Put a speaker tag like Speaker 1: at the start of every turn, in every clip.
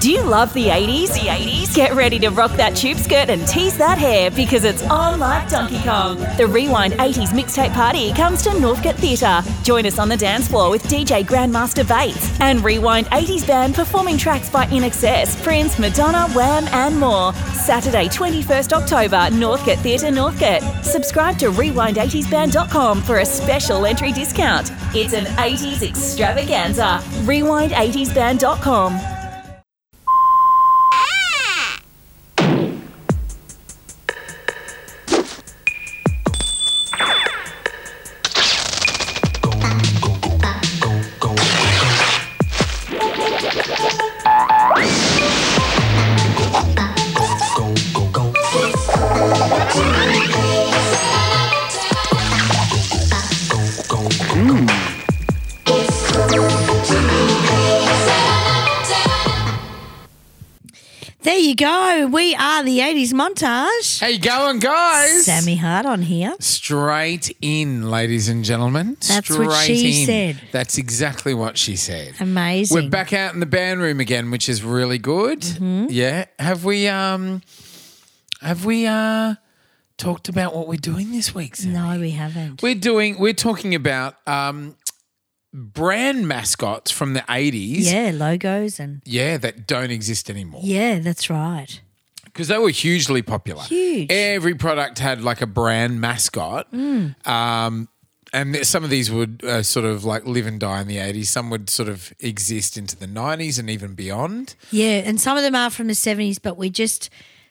Speaker 1: Do you love the 80s? The 80s? Get ready to rock that tube skirt and tease that hair because it's on like Donkey Kong. The Rewind 80s Mixtape Party comes to Northcote Theatre. Join us on the dance floor with DJ Grandmaster Bates and Rewind 80s band performing tracks by In Excess, Prince, Madonna, Wham, and more. Saturday, 21st October, Northcote Theatre, Northcote. Subscribe to rewind80sband.com for a special entry discount. It's an 80s extravaganza. Rewind80sband.com.
Speaker 2: There you go. We are the 80s montage.
Speaker 3: How you going, guys?
Speaker 2: Sammy Hart on here.
Speaker 3: Straight in, ladies and gentlemen.
Speaker 2: That's
Speaker 3: Straight
Speaker 2: what she
Speaker 3: in.
Speaker 2: said.
Speaker 3: That's exactly what she said.
Speaker 2: Amazing.
Speaker 3: We're back out in the band room again, which is really good.
Speaker 2: Mm-hmm.
Speaker 3: Yeah. Have we um have we uh talked about what we're doing this week? Sam?
Speaker 2: No, we haven't.
Speaker 3: We're doing we're talking about um brand mascots from the 80s.
Speaker 2: yeah, logos and.
Speaker 3: Yeah, that don't exist anymore.
Speaker 2: Yeah, that's right.
Speaker 3: because they were hugely popular.
Speaker 2: Huge. Hmm.
Speaker 3: Every product had like a brand mascot. Um, and th- some of these would uh, sort of like live and die in the 80s. Some would sort of exist into the 90s and even beyond.
Speaker 2: Yeah, and some of them are from the 70s, but we're just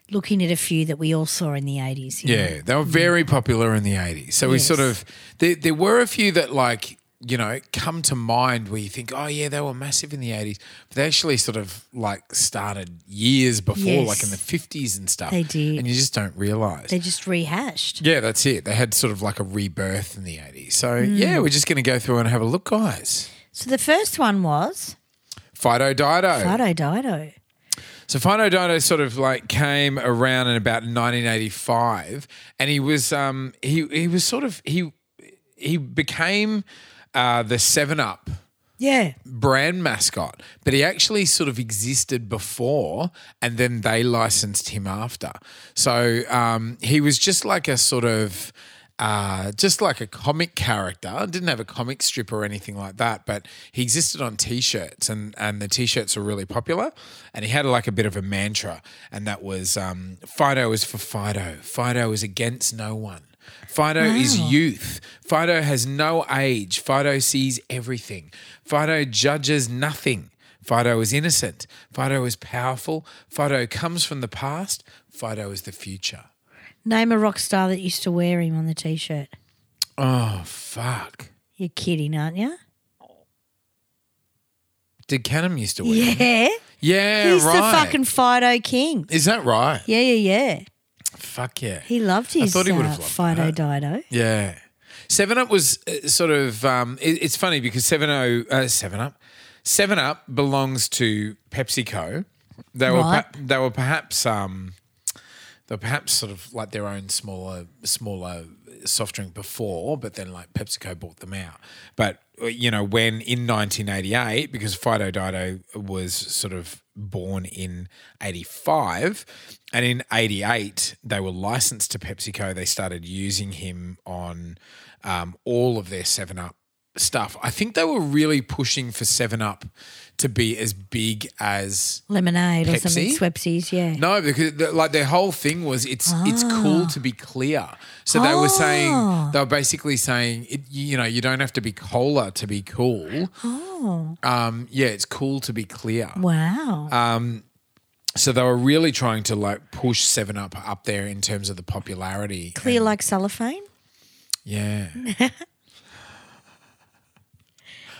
Speaker 2: looking at a few that we all saw in the 80s. you know.
Speaker 3: Yeah, they were very popular in the 80s. So we
Speaker 2: Yes.
Speaker 3: sort of, there, there were a few that like, you know, come to mind where you think, oh, yeah, they were massive in the 80s. But they actually sort of like started years before,
Speaker 2: Yes.
Speaker 3: like in the 50s and stuff.
Speaker 2: They did.
Speaker 3: And you just don't realize.
Speaker 2: They're just rehashed.
Speaker 3: Yeah, that's it. They had sort of like a rebirth in the 80s. So, yeah, we're just going to go through and have a look, guys.
Speaker 2: So the first one was
Speaker 3: Fido Dido.
Speaker 2: Fido Dido.
Speaker 3: So, Fido Dido sort of like came around in about 1985 and he was um he he was sort of he he became uh the 7 Up
Speaker 2: Yeah.
Speaker 3: brand mascot, but he actually sort of existed before, and then they licensed him after. So um, he was just like a sort of. Uh, just like a comic character, didn't have a comic strip or anything like that, but he existed on T-shirts, and and the T-shirts were really popular. And he had like a bit of a mantra, and that was um, Fido is for Fido. Fido is against no one. Fido is youth. Fido has no age. Fido sees everything. Fido judges nothing. Fido is innocent. Fido is powerful. Fido comes from the past. Fido is the future.
Speaker 2: Name a rock star that used to wear him on the t shirt.
Speaker 3: Oh, fuck.
Speaker 2: You're kidding, aren't you?
Speaker 3: Did Canham used to wear it?
Speaker 2: Yeah.
Speaker 3: Yeah,
Speaker 2: He's
Speaker 3: right.
Speaker 2: the fucking Fido King.
Speaker 3: is that right?
Speaker 2: Yeah, yeah, yeah.
Speaker 3: Fuck yeah.
Speaker 2: He loved his
Speaker 3: thought he
Speaker 2: uh,
Speaker 3: would've loved
Speaker 2: Fido Dido.
Speaker 3: Yeah. Seven Up was uh, sort of um, it- it's funny because Seven O uh, Seven Up Seven Up belongs to PepsiCo. They were
Speaker 2: Right.
Speaker 3: per- they were perhaps um, they were perhaps sort of like their own smaller smaller soft drink before, but then like PepsiCo bought them out. But uh, you know when in 1988, because Fido Dido was sort of born in 85, and in 88 they were licensed to PepsiCo. They started using him on um, all of their Seven Up stuff. I think they were really pushing for Seven Up to be as big as
Speaker 2: Lemonade or something.
Speaker 3: Pepsi?
Speaker 2: Swepsies, yeah.
Speaker 3: no, because the, like their whole thing was it's it's cool to be clear. So they were
Speaker 2: Ah.
Speaker 3: saying they were basically saying it, you know you don't have to be cola to be cool.
Speaker 2: Oh,
Speaker 3: Um, yeah, it's cool to be clear.
Speaker 2: wow.
Speaker 3: Uh, So they were really trying to like push Seven Up up there in terms of the popularity.
Speaker 2: Clear like cellophane.
Speaker 3: yeah,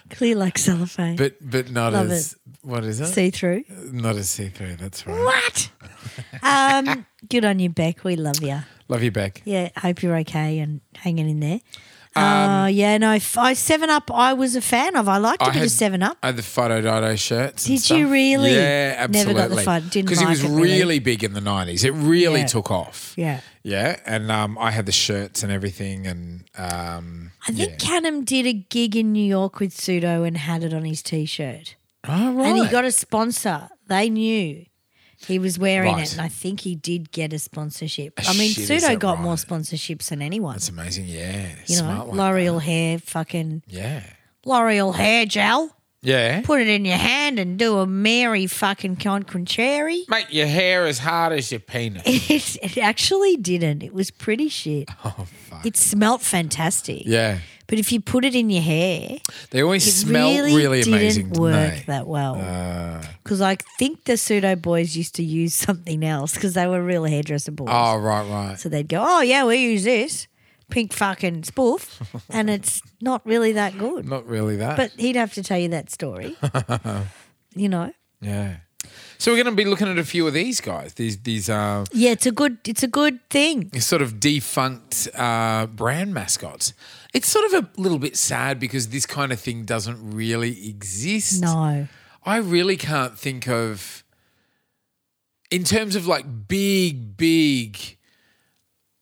Speaker 2: Clear like cellophane.
Speaker 3: but but not
Speaker 2: Love
Speaker 3: as what is it?
Speaker 2: See through.
Speaker 3: not as see through. That's right.
Speaker 2: What? um, good on you, Beck. We love you.
Speaker 3: Love you, Beck.
Speaker 2: Yeah, hope you're okay and hanging in there.
Speaker 3: Um,
Speaker 2: uh, yeah, no, f- I Seven Up. I was a fan of. I liked a bit of Seven Up.
Speaker 3: I had the Fido Dido shirts. and
Speaker 2: Did you
Speaker 3: stuff.
Speaker 2: really?
Speaker 3: Yeah,
Speaker 2: Never
Speaker 3: absolutely.
Speaker 2: got the Fido- didn't
Speaker 3: Because it
Speaker 2: like
Speaker 3: was
Speaker 2: it,
Speaker 3: really,
Speaker 2: really.
Speaker 3: big in the 90s. It really
Speaker 2: Yeah.
Speaker 3: took off.
Speaker 2: Yeah.
Speaker 3: Yeah. And um, I had the shirts and everything. And um,
Speaker 2: I think Canham did a gig in New York with Pseudo and had it on his T-shirt.
Speaker 3: Oh, right.
Speaker 2: And he got a sponsor. They knew he was wearing
Speaker 3: Right.
Speaker 2: it. And I think he did get a sponsorship.
Speaker 3: Ah,
Speaker 2: I mean,
Speaker 3: shit, is
Speaker 2: Pseudo
Speaker 3: that
Speaker 2: got more
Speaker 3: right?
Speaker 2: sponsorships than anyone.
Speaker 3: That's amazing. Yeah.
Speaker 2: you know,
Speaker 3: Smart one.
Speaker 2: L'Oreal hair, fucking
Speaker 3: Yeah.
Speaker 2: L'Oreal hair gel.
Speaker 3: Yeah.
Speaker 2: Put it in your hand and do a merry fucking conconcherry.
Speaker 3: Mate, your hair as hard as your penis.
Speaker 2: It, it actually didn't. It was pretty shit.
Speaker 3: oh, fuck.
Speaker 2: It smelt fantastic.
Speaker 3: Yeah.
Speaker 2: But if you put it in your hair,
Speaker 3: They always
Speaker 2: it
Speaker 3: smell really,
Speaker 2: really, didn't
Speaker 3: amazing, don't
Speaker 2: work
Speaker 3: they? Ah.
Speaker 2: that well. Because I think the pseudo boys used to use something else because they were real hairdresser boys.
Speaker 3: Oh, right, right.
Speaker 2: So they'd go, oh, yeah, we use this pink fucking spoof. and it's not really that good.
Speaker 3: Not really that.
Speaker 2: But he'd have to tell you that story. you know?
Speaker 3: yeah. So we're going to be looking at a few of these guys. These these uh,
Speaker 2: Yeah, it's a good it's a good thing.
Speaker 3: sort of defunct uh, brand mascots. It's sort of a little bit sad because this kind of thing doesn't really exist.
Speaker 2: No.
Speaker 3: I really can't think of in terms of like big, big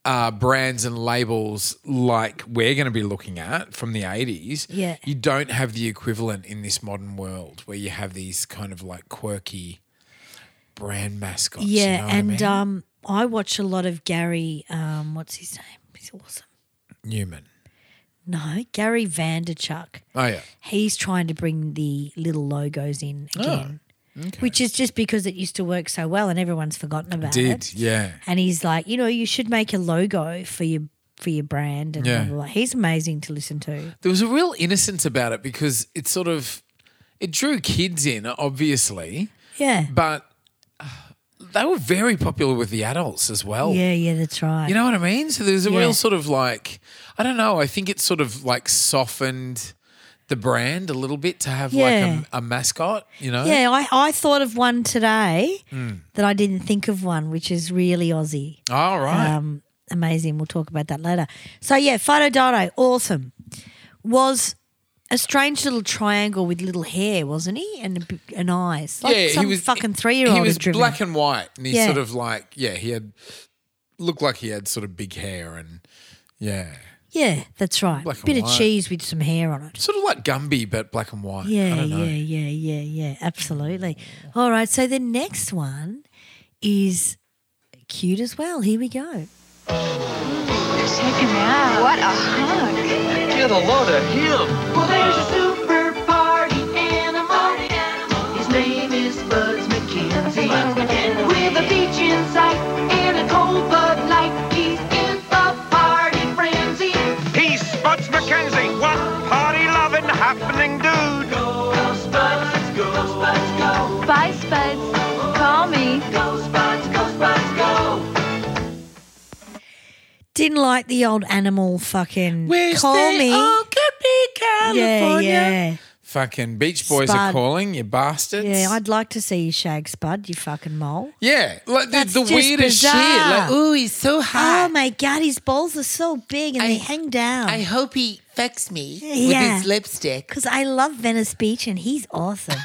Speaker 3: uh, brands and labels like we're going to be looking at from the 80s.
Speaker 2: Yeah.
Speaker 3: You don't have the equivalent in this modern world where you have these kind of like quirky brand mascots. you
Speaker 2: Yeah,
Speaker 3: know what I
Speaker 2: and
Speaker 3: mean?
Speaker 2: um I watch a lot of Gary um what's his name? He's awesome.
Speaker 3: Newman.
Speaker 2: No, Gary Vanderchuck.
Speaker 3: Oh, yeah.
Speaker 2: He's trying to bring the little logos in
Speaker 3: Oh,
Speaker 2: again. Which is just because it used to work so well and everyone's forgotten about it.
Speaker 3: Did. Yeah.
Speaker 2: And he's like, you know, you should make a logo for your for your brand and
Speaker 3: Yeah.
Speaker 2: blah, blah, blah. he's amazing to listen to.
Speaker 3: There was a real innocence about it because it sort of it drew kids in, obviously.
Speaker 2: Yeah.
Speaker 3: but uh, they were very popular with the adults as well.
Speaker 2: Yeah, yeah, that's right.
Speaker 3: oh. You know what I mean? So there's a
Speaker 2: Yeah.
Speaker 3: real sort of like, I don't know, I think it sort of like softened the brand a little bit to have
Speaker 2: Yeah.
Speaker 3: like a, a mascot, you know?
Speaker 2: yeah, I, I thought of one today
Speaker 3: Hmm.
Speaker 2: that I didn't think of one, which is really Aussie.
Speaker 3: All Oh, right.
Speaker 2: Um, amazing. We'll talk about that later. So, yeah, Fido Dido, awesome. Was a strange little triangle with little hair, wasn't he? And a b- and eyes. Like
Speaker 3: yeah,
Speaker 2: some
Speaker 3: he was
Speaker 2: fucking three year old.
Speaker 3: He was
Speaker 2: has driven.
Speaker 3: black and white, and he
Speaker 2: Yeah.
Speaker 3: sort of like, yeah, he had looked like he had sort of big hair and yeah,
Speaker 2: Yeah, that's right.
Speaker 3: Black and
Speaker 2: Bit of
Speaker 3: white.
Speaker 2: cheese with some hair on it.
Speaker 3: sort of like Gumby but black and white. I
Speaker 2: Yeah,
Speaker 3: don't know.
Speaker 2: yeah, yeah, yeah, yeah. Absolutely. All right. So the next one is cute as well. Here we go.
Speaker 4: Check him out. What a hunk.
Speaker 5: Get a load of him.
Speaker 6: Well, there's a super party animal. His name is Buds McKenzie. With a peach in sight and a cold Bud Light, he's in the party frenzy.
Speaker 7: He's Spuds McKenzie, what party loving happening dude.
Speaker 6: Go, Spuds, go, Spuds, go.
Speaker 4: Bye, Spuds. Call me.
Speaker 6: Go, Spuds, go, Spuds, go.
Speaker 2: Didn't like the old animal fucking call
Speaker 3: they
Speaker 2: me.
Speaker 3: all could be
Speaker 2: yeah,
Speaker 3: California.
Speaker 2: yeah,
Speaker 3: Fucking Beach Boys are
Speaker 2: Spud.
Speaker 3: calling you bastards.
Speaker 2: yeah. I'd like to see you shag spud, you fucking mole.
Speaker 3: yeah, like the,
Speaker 2: That's
Speaker 3: the
Speaker 2: just
Speaker 3: weirdest shit.
Speaker 2: bizarre.
Speaker 3: Like, ooh, he's so
Speaker 2: Oh
Speaker 3: hot.
Speaker 2: my god, his balls are so big and they hang down.
Speaker 8: I hope he fucks me
Speaker 2: Yeah.
Speaker 8: with his lipstick.
Speaker 2: Because I love Venice Beach and he's awesome.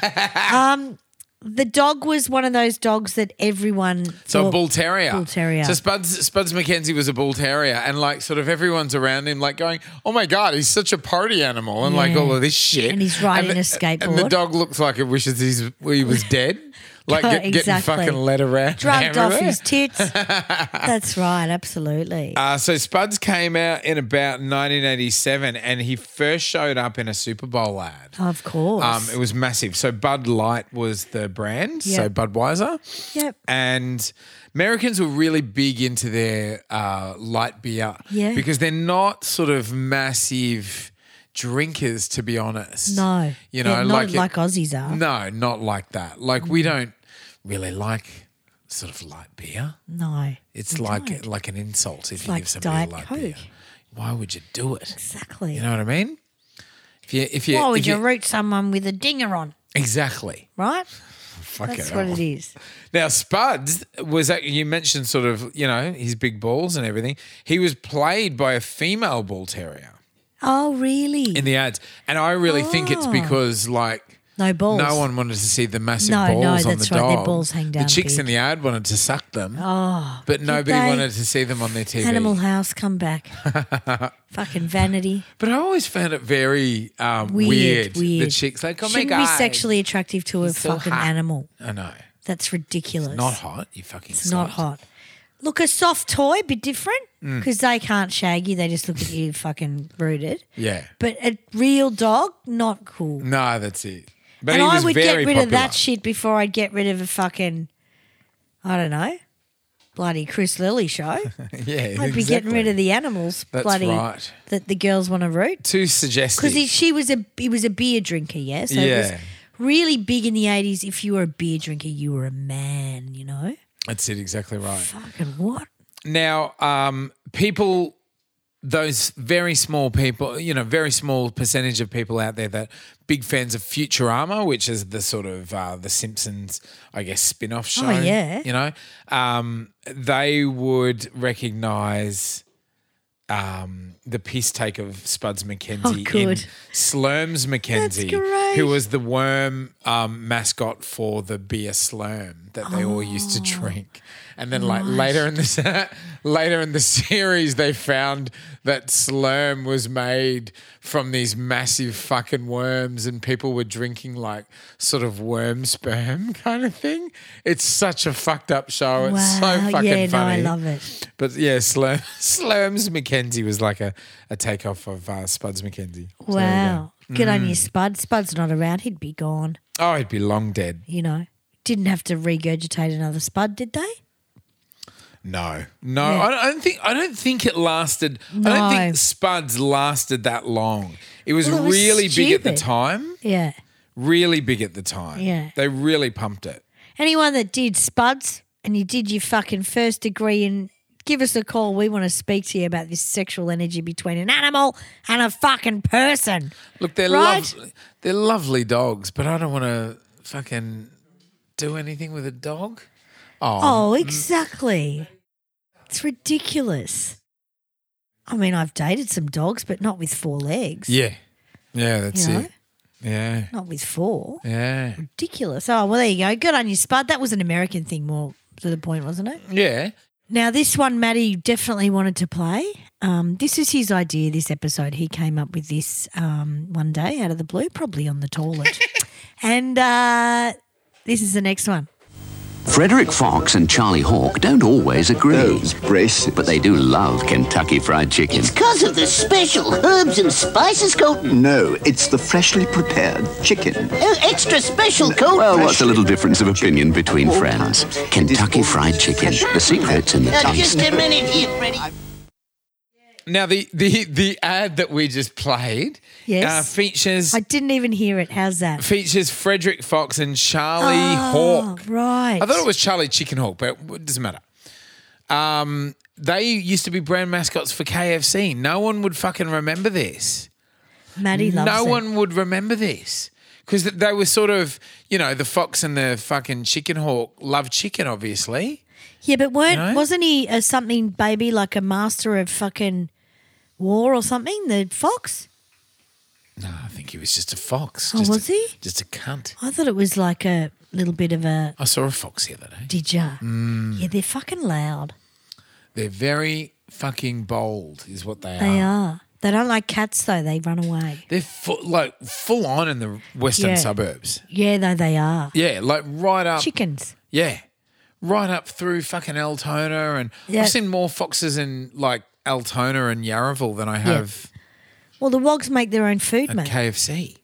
Speaker 2: um, the dog was one of those dogs that everyone.
Speaker 3: so a
Speaker 2: thought-
Speaker 3: bull terrier.
Speaker 2: Bull terrier.
Speaker 3: So Spuds Spuds McKenzie was a bull terrier, and like sort of everyone's around him, like going, "Oh my god, he's such a party animal," and like
Speaker 2: Yeah.
Speaker 3: all of this shit.
Speaker 2: And he's riding
Speaker 3: the-
Speaker 2: a skateboard.
Speaker 3: And the dog looks like it wishes he's, he was dead, like get, getting
Speaker 2: Exactly.
Speaker 3: fucking led around.
Speaker 2: Drugged off
Speaker 3: everywhere.
Speaker 2: his tits. That's right, absolutely.
Speaker 3: Uh, so Spuds came out in about 1987, and he first showed up in a Super Bowl ad.
Speaker 2: of course.
Speaker 3: Um, it was massive. So Bud Light was the brand. So
Speaker 2: Yep.
Speaker 3: Budweiser.
Speaker 2: Yep.
Speaker 3: And Americans were really big into their uh, light beer
Speaker 2: Yeah.
Speaker 3: because they're not sort of massive drinkers, to be honest.
Speaker 2: no.
Speaker 3: You know,
Speaker 2: Yeah, not
Speaker 3: like,
Speaker 2: like, Mm.
Speaker 3: it-
Speaker 2: Aussies are.
Speaker 3: No, not like that. Like we don't really like sort of light beer.
Speaker 2: No.
Speaker 3: It's like like an insult if you
Speaker 2: like
Speaker 3: give somebody
Speaker 2: Diet
Speaker 3: a light
Speaker 2: Coke.
Speaker 3: beer. Why would you do it?
Speaker 2: Exactly.
Speaker 3: You know what I mean? If you if you
Speaker 2: Why
Speaker 3: if
Speaker 2: would you root someone with a dinger on,
Speaker 3: exactly.
Speaker 2: right?
Speaker 3: Fuck
Speaker 2: That's
Speaker 3: it
Speaker 2: what
Speaker 3: all.
Speaker 2: it is.
Speaker 3: Now, Spuds was act- you mentioned sort of you know his big balls and everything. He was played by a female bull terrier
Speaker 2: Oh, really?
Speaker 3: in the ads, and I really think it's
Speaker 2: Oh.
Speaker 3: because like
Speaker 2: No balls.
Speaker 3: No one wanted to see the massive
Speaker 2: No, no,
Speaker 3: balls on
Speaker 2: that's
Speaker 3: the
Speaker 2: right,
Speaker 3: dog.
Speaker 2: their balls hang down
Speaker 3: the chicks in
Speaker 2: big.
Speaker 3: the yard wanted to suck them,
Speaker 2: Oh,
Speaker 3: but
Speaker 2: did
Speaker 3: nobody
Speaker 2: they?
Speaker 3: wanted to see them on their TV.
Speaker 2: Animal House, come back. Fucking vanity.
Speaker 3: But I always found it very um,
Speaker 2: Weird.
Speaker 3: weird,
Speaker 2: Weird.
Speaker 3: The chicks like, oh
Speaker 2: Shouldn't
Speaker 3: my god,
Speaker 2: be sexually attractive to a
Speaker 3: He's so
Speaker 2: fucking
Speaker 3: hot.
Speaker 2: animal.
Speaker 3: I know,
Speaker 2: That's ridiculous.
Speaker 3: not hot. You fucking.
Speaker 2: It's not
Speaker 3: slut.
Speaker 2: hot. Look, a soft toy, bit different
Speaker 3: Mm.
Speaker 2: because they can't shag you. They just look at you fucking rooted.
Speaker 3: Yeah.
Speaker 2: But a real dog, not cool.
Speaker 3: No, that's it. Mm. But
Speaker 2: and
Speaker 3: he
Speaker 2: I
Speaker 3: was
Speaker 2: would get
Speaker 3: very
Speaker 2: rid
Speaker 3: popular.
Speaker 2: of that shit before I'd get rid of a fucking, I don't know, bloody Chris Lilly show. I'd
Speaker 3: yeah,
Speaker 2: be getting rid of
Speaker 3: the
Speaker 2: the animals.
Speaker 3: That's
Speaker 2: bloody
Speaker 3: right.
Speaker 2: That the girls want to root
Speaker 3: too suggestive.
Speaker 2: because she was a he was a beer drinker. Yeah. So It
Speaker 3: Yeah.
Speaker 2: was really big in the eighties. If you were a beer drinker, you were a man. You know.
Speaker 3: that's it, exactly right.
Speaker 2: Fucking what?
Speaker 3: Now, um, people, those very small people, you know, very small percentage of people out there that big fans of Futurama, which is the sort of uh, the Simpsons, I guess, spin-off show.
Speaker 2: Oh, yeah.
Speaker 3: You know, um, they would recognise um, the piss take of Spuds McKenzie in
Speaker 2: Oh, good.
Speaker 3: Slurms McKenzie,
Speaker 2: great.
Speaker 3: who was the worm um, mascot for the beer Slurm that they all used to
Speaker 2: Oh,
Speaker 3: drink. And then, like later in the later in the series, they found that Slurm was made from these massive fucking worms, and people were drinking like sort of worm sperm kind of thing. It's such a fucked up show. It's so fucking
Speaker 2: yeah,
Speaker 3: funny.
Speaker 2: no, I love it.
Speaker 3: But yeah, Slurm, Slurms McKenzie was like a, a takeoff of uh, Spuds McKenzie. So there you Mm.
Speaker 2: Wow. Good on you, Spud. Spud's not around. He'd be gone,
Speaker 3: go. Oh, he'd be long dead.
Speaker 2: you know. Didn't have to regurgitate another Spud, did they?
Speaker 3: No, no,
Speaker 2: Yeah.
Speaker 3: I, don't, I don't think. I don't think it lasted. I don't
Speaker 2: No.
Speaker 3: think Spuds lasted that long. It was,
Speaker 2: Well, it was
Speaker 3: really big at the
Speaker 2: stupid.
Speaker 3: time.
Speaker 2: Yeah.
Speaker 3: Really big at the time.
Speaker 2: Yeah.
Speaker 3: they really pumped it.
Speaker 2: Anyone that did Spuds and you did your fucking first degree and give us a call. We want to speak to you about this sexual energy between an animal and a fucking person.
Speaker 3: Look, they're
Speaker 2: Right?
Speaker 3: lovely. They're lovely dogs, but I don't want to fucking do anything with a dog. Oh,
Speaker 2: Oh, exactly. It's ridiculous. I mean, I've dated some dogs, but not with four legs.
Speaker 3: yeah, yeah, that's
Speaker 2: You know?
Speaker 3: it. Yeah,
Speaker 2: Not with four.
Speaker 3: yeah.
Speaker 2: Ridiculous. Oh, well, there you go. Good on you, Spud. That was an American thing more to the point, wasn't it?
Speaker 3: Yeah.
Speaker 2: Now, this one, Maddie definitely wanted to play. Um, this is his idea, this episode. He came up with this um, one day out of the blue, probably on the toilet. and uh, this is the next one.
Speaker 9: Frederick Fox and Charlie Hawk don't always agree. Those braces. But they do love Kentucky Fried Chicken.
Speaker 10: It's because of the special herbs and spices coating.
Speaker 11: No, it's the freshly prepared chicken.
Speaker 10: Oh, extra special coat.
Speaker 9: Well, Oh, what's a little difference of opinion between friends? Kentucky Fried Chicken. The secret's in the
Speaker 10: Now, just
Speaker 9: taste.
Speaker 10: a minute here, Freddie.
Speaker 3: Now the the the ad that we just played
Speaker 2: Yes.
Speaker 3: uh, features
Speaker 2: I didn't even hear it. How's that?
Speaker 3: features Frederick Fox and Charlie
Speaker 2: Oh.
Speaker 3: Hawk.
Speaker 2: Right.
Speaker 3: I thought it was Charlie Chicken Hawk, but it doesn't matter. Um, they used to be brand mascots for KFC. No one would fucking remember this.
Speaker 2: Maddie loves
Speaker 3: no
Speaker 2: it.
Speaker 3: one would remember this because they were sort of, you know, the fox and the fucking chicken hawk love chicken, obviously.
Speaker 2: Yeah, but weren't
Speaker 3: No?
Speaker 2: wasn't he a something baby like a master of fucking war or something? The fox.
Speaker 3: No, I think he was just a fox.
Speaker 2: Oh,
Speaker 3: just a-
Speaker 2: was he?
Speaker 3: Just a cunt.
Speaker 2: I thought it was like a little bit of a
Speaker 3: I saw a fox the other day.
Speaker 2: did ya?
Speaker 3: Mm.
Speaker 2: Yeah, they're fucking loud.
Speaker 3: They're very fucking bold, is what they,
Speaker 2: They
Speaker 3: are.
Speaker 2: are. They don't like cats though. They run away.
Speaker 3: They're full, like full on in the western
Speaker 2: Yeah.
Speaker 3: suburbs.
Speaker 2: Yeah, no, they are.
Speaker 3: Yeah, like right
Speaker 2: Um,
Speaker 3: up.
Speaker 2: Chickens.
Speaker 3: Yeah, right up through fucking Altona, and
Speaker 2: Yeah.
Speaker 3: I've seen more foxes in like Altona and Yarraville than I have
Speaker 2: Well, the wogs make their own food,
Speaker 3: at
Speaker 2: mate.
Speaker 3: KFC.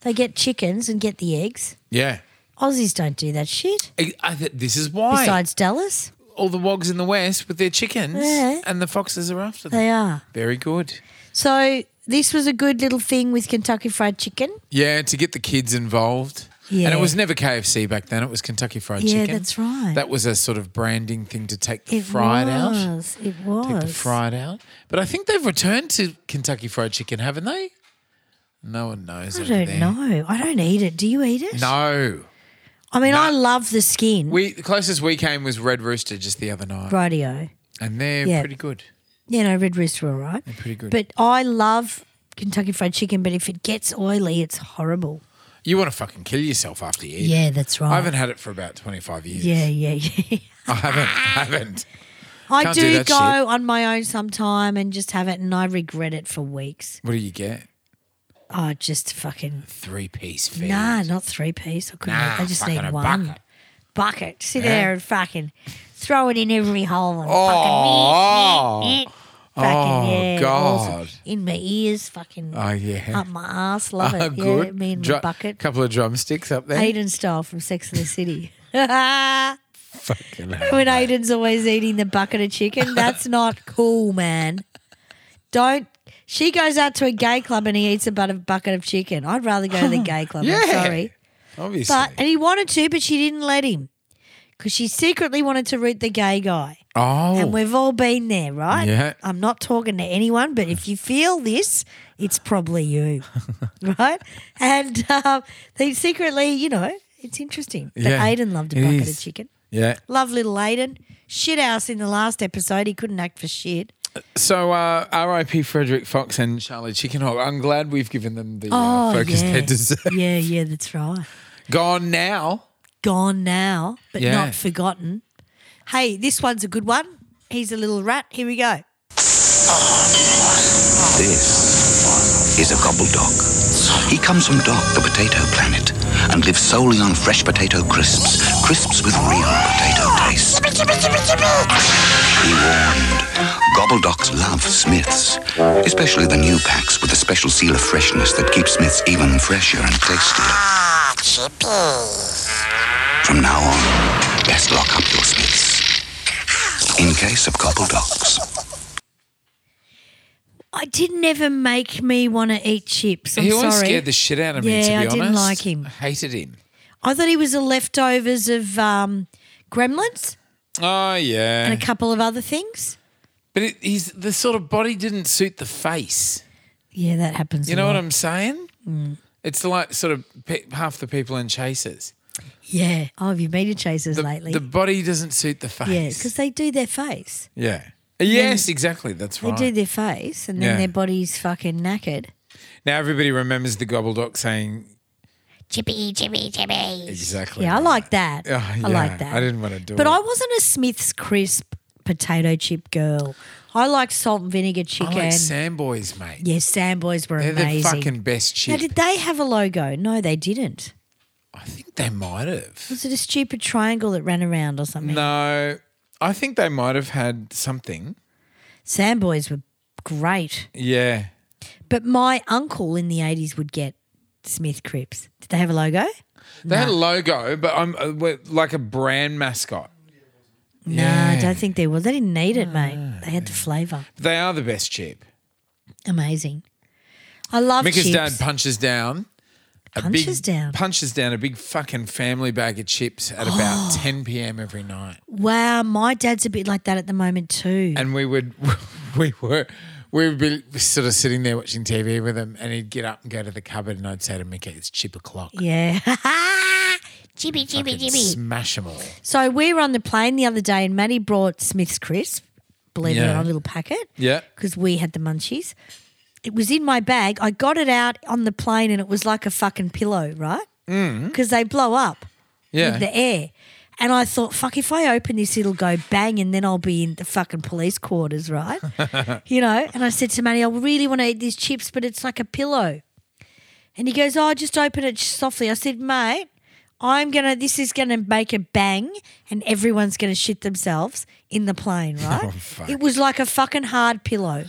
Speaker 2: They get chickens and get the eggs.
Speaker 3: Yeah.
Speaker 2: Aussies don't do that shit.
Speaker 3: I, I th- this is why
Speaker 2: Besides Dallas,
Speaker 3: all the wogs in the west with their chickens
Speaker 2: Yeah.
Speaker 3: and the foxes are after them.
Speaker 2: they are.
Speaker 3: Very good.
Speaker 2: So this was a good little thing with Kentucky Fried Chicken.
Speaker 3: Yeah, to get the kids involved. And
Speaker 2: Yeah.
Speaker 3: it was never KFC back then. It was Kentucky Fried
Speaker 2: Yeah,
Speaker 3: Chicken.
Speaker 2: that's right.
Speaker 3: That was a sort of branding thing to take the
Speaker 2: It
Speaker 3: fried out.
Speaker 2: was. It was.
Speaker 3: Take the fried out. But I think they've returned to Kentucky Fried Chicken, haven't they? No one knows.
Speaker 2: I
Speaker 3: over
Speaker 2: don't
Speaker 3: there.
Speaker 2: know. I don't eat it. Do you eat it?
Speaker 3: No.
Speaker 2: I mean, I love the skin.
Speaker 3: We the closest we came was Red Rooster just the other night.
Speaker 2: Radio.
Speaker 3: And they're
Speaker 2: Yeah.
Speaker 3: pretty good.
Speaker 2: You know, Red Rooster, all right.
Speaker 3: They're pretty good.
Speaker 2: But I love Kentucky Fried Chicken, but if it gets oily, it's horrible.
Speaker 3: You want to fucking kill yourself after you eat.
Speaker 2: Yeah,
Speaker 3: it.
Speaker 2: that's right.
Speaker 3: I haven't had it for about 25 years.
Speaker 2: Yeah, yeah, yeah.
Speaker 3: I haven't. I haven't.
Speaker 2: I
Speaker 3: Can't
Speaker 2: do,
Speaker 3: do
Speaker 2: go
Speaker 3: that shit.
Speaker 2: on my own sometime and just have it, and I regret it for weeks.
Speaker 3: What do you get?
Speaker 2: Oh, just fucking
Speaker 3: Three piece feed.
Speaker 2: nah, not three piece. I couldn't.
Speaker 3: Nah,
Speaker 2: I just
Speaker 3: fucking
Speaker 2: need
Speaker 3: a
Speaker 2: one
Speaker 3: bucket.
Speaker 2: bucket. Sit
Speaker 3: Yeah.
Speaker 2: there and fucking throw it in every hole and
Speaker 3: Oh.
Speaker 2: fucking. eh, eh, eh. Fucking,
Speaker 3: Oh,
Speaker 2: yeah,
Speaker 3: God.
Speaker 2: awesome. In my ears, fucking
Speaker 3: Oh, yeah.
Speaker 2: up my ass, love
Speaker 3: Oh,
Speaker 2: it. Yeah,
Speaker 3: good.
Speaker 2: me and my
Speaker 3: Dru-
Speaker 2: bucket.
Speaker 3: Couple of drumsticks up there.
Speaker 2: Aiden style from Sex and the City. when
Speaker 3: Fucking hell.
Speaker 2: Aiden's always eating the bucket of chicken, that's not cool, man. Don't. She goes out to a gay club and he eats a bu- bucket of chicken. I'd rather go to the gay club. I'm
Speaker 3: Yeah.
Speaker 2: sorry.
Speaker 3: Obviously.
Speaker 2: But, and he wanted to, but she didn't let him because she secretly wanted to root the gay guy.
Speaker 3: oh.
Speaker 2: And we've all been there, right?
Speaker 3: Yeah.
Speaker 2: I'm not talking to anyone, but if you feel this, it's probably you, right? And um, they secretly, you know, it's interesting. But
Speaker 3: Yeah,
Speaker 2: Aiden loved a
Speaker 3: it
Speaker 2: bucket
Speaker 3: is.
Speaker 2: of chicken.
Speaker 3: yeah.
Speaker 2: Love little Aiden. Shit house in the last episode. He couldn't act for shit.
Speaker 3: So, uh, R.I.P. Frederick Fox and Charlie Chickenhawk. I'm glad we've given them the uh, focus
Speaker 2: Oh, yeah.
Speaker 3: they deserve.
Speaker 2: yeah, yeah, that's right.
Speaker 3: Gone now.
Speaker 2: Gone now, but
Speaker 3: Yeah.
Speaker 2: not forgotten. Hey, this one's a good one. He's a little rat. Here we go.
Speaker 9: This is a gobbledoc. He comes from Doc, the potato planet, and lives solely on fresh potato crisps, crisps with real potato taste. He warned, gobbledocs love Smiths, especially the new packs with the special seal of freshness that keeps Smiths even fresher and tastier. From now on, best lock up your Smiths. In case of gobbledocs.
Speaker 2: I didn't ever make me want to eat chips. I'm
Speaker 3: he always
Speaker 2: sorry.
Speaker 3: scared the shit out of me,
Speaker 2: Yeah,
Speaker 3: to be
Speaker 2: I
Speaker 3: honest.
Speaker 2: didn't like him.
Speaker 3: I hated him.
Speaker 2: I thought he was the leftovers of um, Gremlins
Speaker 3: Oh,
Speaker 2: and
Speaker 3: yeah.
Speaker 2: a couple of other things.
Speaker 3: But it, he's the sort of body didn't suit the face.
Speaker 2: Yeah, Mm. that happens.
Speaker 3: You know what I'm saying? It's like sort of pe- half the people in Chasers.
Speaker 2: Yeah. Oh, have you been to Chasers
Speaker 3: The,
Speaker 2: lately?
Speaker 3: the body doesn't suit the face.
Speaker 2: yeah, because they do their face.
Speaker 3: Yeah. Yes, exactly. That's
Speaker 2: They
Speaker 3: right.
Speaker 2: do their face, and then
Speaker 3: Yeah.
Speaker 2: their body's fucking knackered.
Speaker 3: Now everybody remembers the gobbledoc saying
Speaker 10: Chippy, chippy, chippy.
Speaker 3: exactly.
Speaker 2: Yeah, I
Speaker 3: that.
Speaker 2: like that.
Speaker 3: Oh,
Speaker 2: I like
Speaker 3: yeah.
Speaker 2: that.
Speaker 3: I didn't wanna do
Speaker 2: but
Speaker 3: it.
Speaker 2: I wasn't a Smith's crisp potato chip girl. I like salt and vinegar
Speaker 3: I
Speaker 2: chicken.
Speaker 3: like Samboys, mate.
Speaker 2: yeah, Samboys were
Speaker 3: They're
Speaker 2: amazing.
Speaker 3: the fucking best
Speaker 2: now,
Speaker 3: chip.
Speaker 2: did they have a logo? No, they didn't.
Speaker 3: I think they might have.
Speaker 2: Was it a stupid triangle that ran around or something?
Speaker 3: No, I think they might have had something.
Speaker 2: Samboys were great.
Speaker 3: Yeah.
Speaker 2: But my uncle in the 80s would get Smith Crips. Did they have a logo?
Speaker 3: They had a logo, but I'm uh, we're- like a brand mascot.
Speaker 2: No, I don't think they was. They didn't need it, mate. They had the flavour.
Speaker 3: They are the best chip.
Speaker 2: Amazing. I love
Speaker 3: Mika's
Speaker 2: chips.
Speaker 3: dad punches down. A big-
Speaker 2: Punches down?
Speaker 3: Punches down a big fucking family bag of chips at about 10 p.m. every night.
Speaker 2: wow, my dad's a bit like that at the moment too.
Speaker 3: and we would we were we would be sort of sitting there watching TV with him, and he'd get up and go to the cupboard, and I'd say to Mickey, "It's chip o'clock."
Speaker 2: yeah.
Speaker 10: Chippy, chippy,
Speaker 3: Fucking
Speaker 10: chippy.
Speaker 3: Smash them all.
Speaker 2: so we were on the plane the other day and Maddie brought Smith's Crisp, believe it or
Speaker 3: Yeah.
Speaker 2: not, a little packet.
Speaker 3: Yeah.
Speaker 2: because we had the munchies. It was in my bag. I got it out on the plane and it was like a fucking pillow, right?
Speaker 3: Mm.
Speaker 2: Because they blow up
Speaker 3: Yeah.
Speaker 2: with the air. And I thought, fuck, if I open this, it'll go bang and then I'll be in the fucking police quarters, right? you know? And I said to Manny, I really want to eat these chips, but it's like a pillow. And he goes, oh, just open it softly. I said, mate, I'm going to, this is going to make a bang and everyone's going to shit themselves in the plane, right? It was like a fucking hard pillow.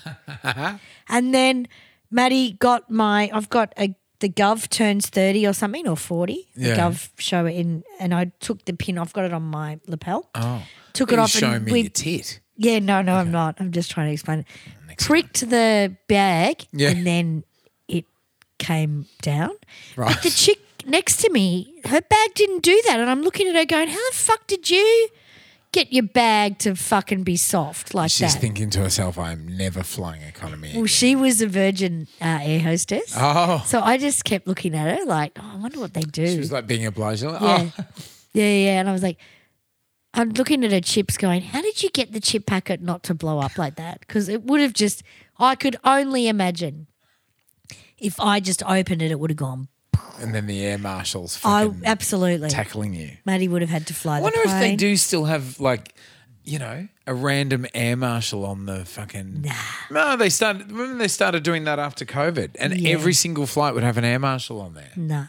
Speaker 2: and then Maddie got my, I've got a, the Gov turns 30 or something or 40.
Speaker 3: Yeah.
Speaker 2: The Gov show it in, and I took the pin, I've got it on my lapel.
Speaker 3: Oh,
Speaker 2: Took it
Speaker 3: You're
Speaker 2: off
Speaker 3: showing
Speaker 2: and
Speaker 3: me
Speaker 2: we-
Speaker 3: your tit.
Speaker 2: yeah, no, no, I'm not. I'm just trying to explain it. Pricked the bag
Speaker 3: Yeah.
Speaker 2: and then it came down.
Speaker 3: Right.
Speaker 2: But the chick next to me, her bag didn't do that. And I'm looking at her going, How the fuck did you get your bag to fucking be soft like
Speaker 3: She's
Speaker 2: that?
Speaker 3: thinking to herself, "I am never flying economy."
Speaker 2: well,
Speaker 3: again."
Speaker 2: she was a virgin uh, air hostess.
Speaker 3: Oh.
Speaker 2: So I just kept looking at her like, oh, I wonder what they do.
Speaker 3: She was like being obliged. Like,
Speaker 2: Yeah.
Speaker 3: Oh,
Speaker 2: yeah, yeah. And I was like, I'm looking at her chips going, how did you get the chip packet not to blow up like that? Because it would have just, I could only imagine if I just opened it, it would have gone
Speaker 3: "Oh," and then the air marshals
Speaker 2: I
Speaker 3: fucking
Speaker 2: absolutely.
Speaker 3: tackling you.
Speaker 2: Maddie would have had to fly.
Speaker 3: I
Speaker 2: the
Speaker 3: wonder if they
Speaker 2: plane.
Speaker 3: do still have like, you know, a random air marshal on the fucking. No, they started. Remember they started doing that after COVID, and
Speaker 2: Yeah. Mm.
Speaker 3: every single flight would have an air marshal on there.
Speaker 2: Nah,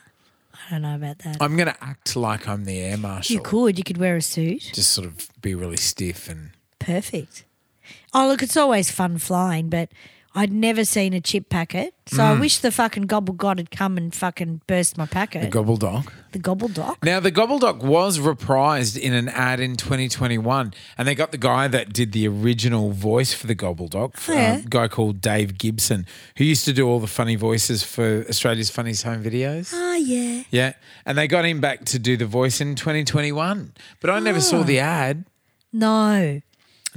Speaker 2: I don't know about that.
Speaker 3: I'm going to act like I'm the air marshal.
Speaker 2: you could. You could wear a suit.
Speaker 3: Just sort of be really stiff and.
Speaker 2: Perfect. Oh, look, it's always fun flying, but I'd never seen a chip packet. So I
Speaker 3: Mm.
Speaker 2: wish the fucking gobble god had come and fucking burst my packet.
Speaker 3: The gobble dog.
Speaker 2: The gobble doc.
Speaker 3: Now, the Gobbledoc was reprised in an ad in 2021, and they got the guy that did the original voice for the Gobbledoc,
Speaker 2: Oh, yeah.
Speaker 3: a guy called Dave Gibson, who used to do all the funny voices for Australia's Funniest Home Videos.
Speaker 2: Oh, yeah.
Speaker 3: Yeah, and they got him back to do the voice in 2021, but I never saw
Speaker 2: Ah.
Speaker 3: the ad.
Speaker 2: No.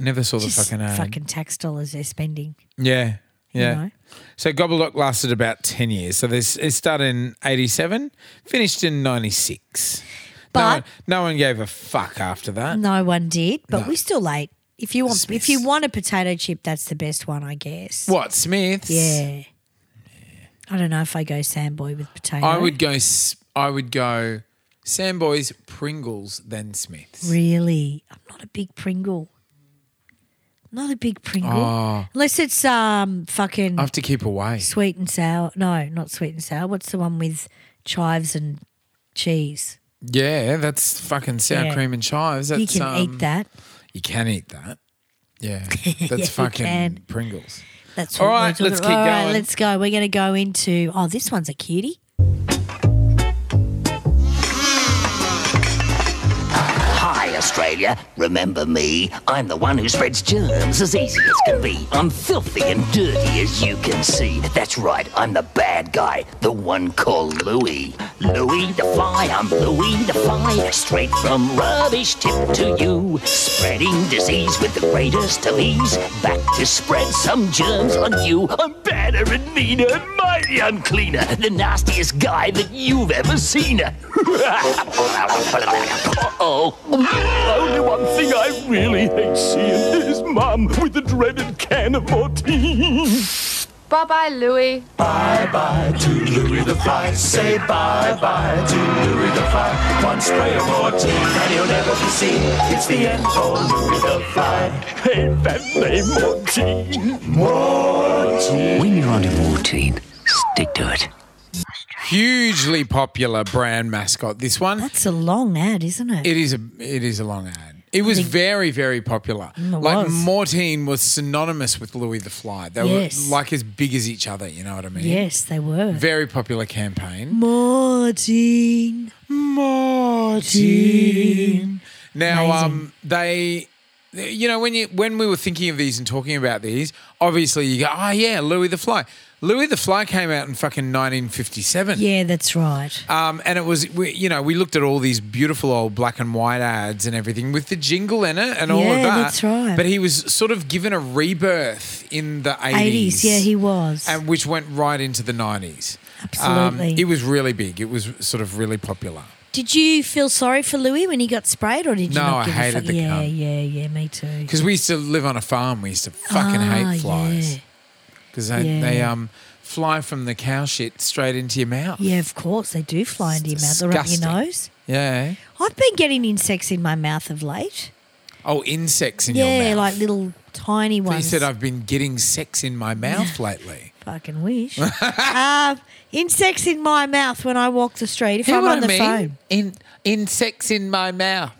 Speaker 3: Never saw the
Speaker 2: Just
Speaker 3: fucking ad.
Speaker 2: fucking tax dollars they're spending.
Speaker 3: Yeah. Yeah.
Speaker 2: know.
Speaker 3: So Gobbledoc lasted about 10 years. So this it started in 87, finished in 96. no,
Speaker 2: But-
Speaker 3: one, no one gave a fuck after that.
Speaker 2: No one did, but
Speaker 3: No.
Speaker 2: we're still late. If you want, if you want a potato chip, that's the best one, I guess.
Speaker 3: What, Smiths?
Speaker 2: Yeah. I don't know if I go Sandboy with potato.
Speaker 3: I would go s- I would go Samboys, Pringles, then Smiths.
Speaker 2: Really, I'm not a big Pringle. Not a big Pringle,
Speaker 3: Oh.
Speaker 2: unless it's um fucking
Speaker 3: I have to keep away.
Speaker 2: sweet and sour. No, not sweet and sour. What's the one with chives and cheese?
Speaker 3: Yeah, that's fucking sour
Speaker 2: Yeah.
Speaker 3: cream and chives. That's,
Speaker 2: you can
Speaker 3: um,
Speaker 2: eat that.
Speaker 3: You can eat that. Yeah.
Speaker 2: Yeah,
Speaker 3: That's
Speaker 2: you
Speaker 3: fucking
Speaker 2: can.
Speaker 3: Pringles.
Speaker 2: That's
Speaker 3: All
Speaker 2: what we're
Speaker 3: right, let's
Speaker 2: talking-
Speaker 3: keep
Speaker 2: all right,
Speaker 3: going.
Speaker 2: let's go. We're going to go into oh, this one's a cutie.
Speaker 10: Hi, Australia. Remember me? I'm the one who spreads germs as easy as can be. I'm filthy and dirty as you can see. That's right, I'm the bad guy, the one called Louis. Louis the Fly, I'm Louis the Fly. Straight from rubbish tip to you. Spreading disease with the greatest of ease. Back to spread some germs on you. I'm badder and meaner and mighty uncleaner. The nastiest guy that you've ever seen. Uh-oh. Only one thing I really hate seeing is Mum with the dreaded can of Mortine.
Speaker 12: Bye bye, Louis.
Speaker 10: Bye bye to Louis the Fly. Say bye bye to Louis the Fly. One spray of Mortine and he'll never be seen. It's the end for Louis the Fly. Hey, that name Mortine. Mortine. When you're onto Mortine, stick to it.
Speaker 3: Hugely popular brand mascot. This one.
Speaker 2: That's a long ad, isn't it?
Speaker 3: It is a it is a long ad. It was very very popular.
Speaker 2: Mm, it
Speaker 3: like
Speaker 2: was.
Speaker 3: Mortine was synonymous with Louis the Fly. They
Speaker 2: Yes.
Speaker 3: were like as big as each other. You know what I mean?
Speaker 2: Yes, they were.
Speaker 3: Very popular campaign.
Speaker 2: Martin,
Speaker 3: Martin. Now, um, they, you know, when you when we were thinking of these and talking about these, obviously you go, oh yeah, Louis the Fly. Louis the Fly came out in fucking 1957.
Speaker 2: Yeah, that's right.
Speaker 3: Um, and it was, we, you know, we looked at all these beautiful old black and white ads and everything with the jingle in it and all of
Speaker 2: Yeah,
Speaker 3: that.
Speaker 2: that's right.
Speaker 3: But he was sort of given a rebirth in the 80s.
Speaker 2: 80s, yeah, he was.
Speaker 3: And which went right into the 90s.
Speaker 2: Absolutely.
Speaker 3: it was really big. It was sort of really popular.
Speaker 2: Did you feel sorry for Louis when he got sprayed, or did you
Speaker 3: No,
Speaker 2: not
Speaker 3: I
Speaker 2: give
Speaker 3: hated
Speaker 2: a fuck?
Speaker 3: the
Speaker 2: Yeah,
Speaker 3: cunt.
Speaker 2: yeah, yeah, me too.
Speaker 3: Because we used to live on a farm. We used to fucking
Speaker 2: Ah,
Speaker 3: hate flies. Because they,
Speaker 2: Yeah.
Speaker 3: they um, fly from the cow shit straight into your mouth.
Speaker 2: Yeah, of course they do fly into your mouth. They're up your
Speaker 3: disgusting.
Speaker 2: nose.
Speaker 3: Yeah.
Speaker 2: I've been getting insects in my mouth of late.
Speaker 3: Oh, insects in
Speaker 2: yeah,
Speaker 3: your mouth.
Speaker 2: like little tiny
Speaker 3: He
Speaker 2: ones.
Speaker 3: said, I've been getting sex in my mouth lately.
Speaker 2: Fucking wish. um, insects in my mouth when I walk the street. If
Speaker 3: Hear
Speaker 2: I'm
Speaker 3: what
Speaker 2: on
Speaker 3: I
Speaker 2: the
Speaker 3: mean?
Speaker 2: phone,
Speaker 3: in insects in my mouth.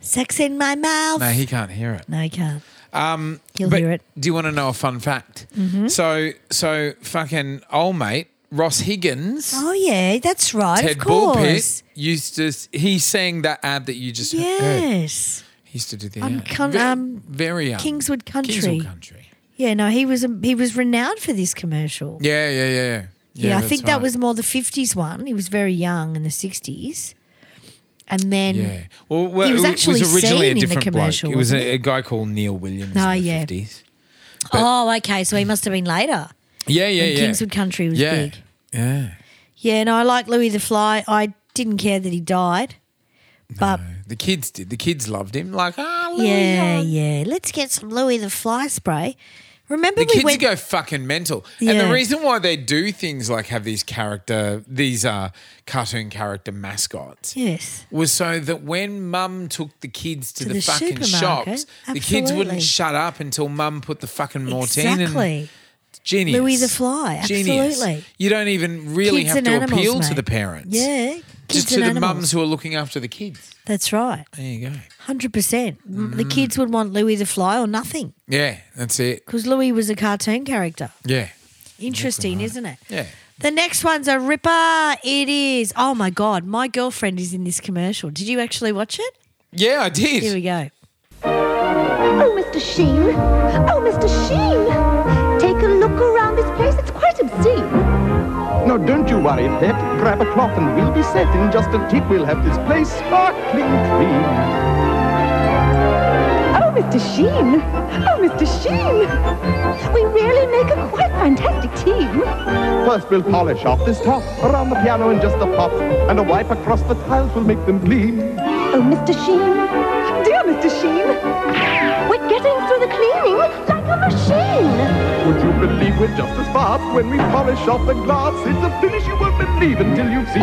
Speaker 2: sex in my mouth.
Speaker 3: No, he can't hear it.
Speaker 2: No, you can't.
Speaker 3: Um,
Speaker 2: He'll hear it.
Speaker 3: Do you want to know a fun fact?
Speaker 2: Mhm.
Speaker 3: So, so fucking old mate Ross Higgins,
Speaker 2: Oh yeah, that's right.
Speaker 3: Ted
Speaker 2: of course.
Speaker 3: Bullpit used to. He sang that ad that you just heard.
Speaker 2: Yes.
Speaker 3: He used to do the
Speaker 2: On
Speaker 3: ad.
Speaker 2: con-
Speaker 3: Ve-
Speaker 2: um,
Speaker 3: very young.
Speaker 2: Kingswood Country.
Speaker 3: Kingswood Country.
Speaker 2: Yeah, no, he was he was renowned for this commercial.
Speaker 3: Yeah, yeah, yeah, yeah.
Speaker 2: Yeah, I
Speaker 3: that's
Speaker 2: think that
Speaker 3: right.
Speaker 2: was more the fifties one. He was very young in the sixties, and then
Speaker 3: Yeah. Well, well
Speaker 2: he was
Speaker 3: it
Speaker 2: actually
Speaker 3: was originally
Speaker 2: seen
Speaker 3: a
Speaker 2: in the
Speaker 3: different
Speaker 2: commercial.
Speaker 3: bloke. It was
Speaker 2: wasn't
Speaker 3: a, a guy called Neil Williams
Speaker 2: Oh,
Speaker 3: in the
Speaker 2: yeah.
Speaker 3: 50s.
Speaker 2: oh, okay, so he must have been later.
Speaker 3: Yeah, yeah,
Speaker 2: when
Speaker 3: yeah.
Speaker 2: Kingswood Country was
Speaker 3: yeah.
Speaker 2: big.
Speaker 3: Yeah.
Speaker 2: Yeah, no, I like Louis the Fly. I didn't care that he died, but
Speaker 3: The kids did. The kids loved him. Like, ah, Louis,
Speaker 2: yeah,
Speaker 3: oh,
Speaker 2: yeah, let's get some Louis the Fly spray. Remember
Speaker 3: The
Speaker 2: we
Speaker 3: kids
Speaker 2: went
Speaker 3: go fucking mental, and
Speaker 2: Yeah.
Speaker 3: the reason why they do things like have these character, these uh, cartoon character mascots,
Speaker 2: Yes.
Speaker 3: was so that when mum took the kids to,
Speaker 2: To
Speaker 3: the,
Speaker 2: the
Speaker 3: fucking
Speaker 2: supermarket.
Speaker 3: shops, the kids
Speaker 2: Absolutely.
Speaker 3: wouldn't shut up until mum put the fucking Mortine
Speaker 2: Exactly.
Speaker 3: in. Genius.
Speaker 2: Louis the Fly,
Speaker 3: Genius.
Speaker 2: absolutely.
Speaker 3: You don't even really
Speaker 2: Kids
Speaker 3: have
Speaker 2: and
Speaker 3: to
Speaker 2: animals,
Speaker 3: appeal to
Speaker 2: mate.
Speaker 3: the parents.
Speaker 2: Yeah. Kids
Speaker 3: Just to
Speaker 2: and
Speaker 3: the
Speaker 2: animals.
Speaker 3: mums who are looking after the kids.
Speaker 2: That's right.
Speaker 3: There you go.
Speaker 2: 100%. The
Speaker 3: Mm.
Speaker 2: kids would want Louis the Fly or nothing
Speaker 3: Yeah, that's it.
Speaker 2: because Louis was a cartoon character.
Speaker 3: Yeah.
Speaker 2: Interesting, isn't it?
Speaker 3: Yeah.
Speaker 2: The next one's a ripper. It is. Oh my God. My girlfriend is in this commercial. Did you actually watch it?
Speaker 3: Yeah, I did.
Speaker 2: Here we go.
Speaker 13: Oh, Mr. Sheen. Oh, Mr. Sheen. Take a look around this place. It's quite obscene.
Speaker 14: Now, don't you worry, Pep. Grab a cloth and we'll be set. In just a tick, we'll have this place sparkling clean.
Speaker 13: Oh, Mr. Sheen. Oh, Mr. Sheen. We really make a quite fantastic team.
Speaker 14: First, we'll polish off this top, around the piano in just a pop, and a wipe across the tiles will make them gleam.
Speaker 13: Oh, Mr. Sheen. Dear Mr. Sheen. We're getting through the cleaning like a machine.
Speaker 14: Would you believe we're just as fast when we polish off the glass? It's a finish you won't believe until you've seen.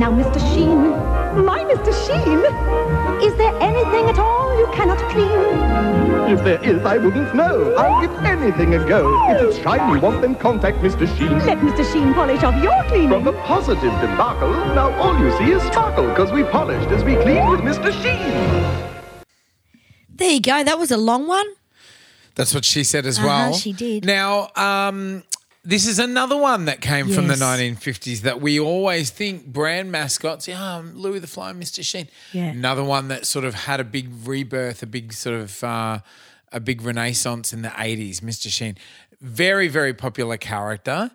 Speaker 13: Now, Mr. Sheen. My Mr. Sheen. Is there anything at all you cannot clean?
Speaker 14: If there is, I wouldn't know. I'll give anything a go. If it's shiny, want then contact Mr. Sheen.
Speaker 13: Let Mr. Sheen polish off your cleaning.
Speaker 14: From the positive debacle, now all you see is sparkle, because we polished as we cleaned with Mr. Sheen.
Speaker 2: There you go. That was a long one.
Speaker 3: That's what she said as
Speaker 2: Uh-huh,
Speaker 3: well.
Speaker 2: she did.
Speaker 3: Now, um, this is another one that came from the
Speaker 2: Yes.
Speaker 3: 1950s that we always think brand mascots, yeah, um, Louis the Fly, Mr. Sheen.
Speaker 2: Yeah.
Speaker 3: Another one that sort of had a big rebirth, a big sort of uh, a big renaissance in the 80s, Mr. Sheen. Very, very popular character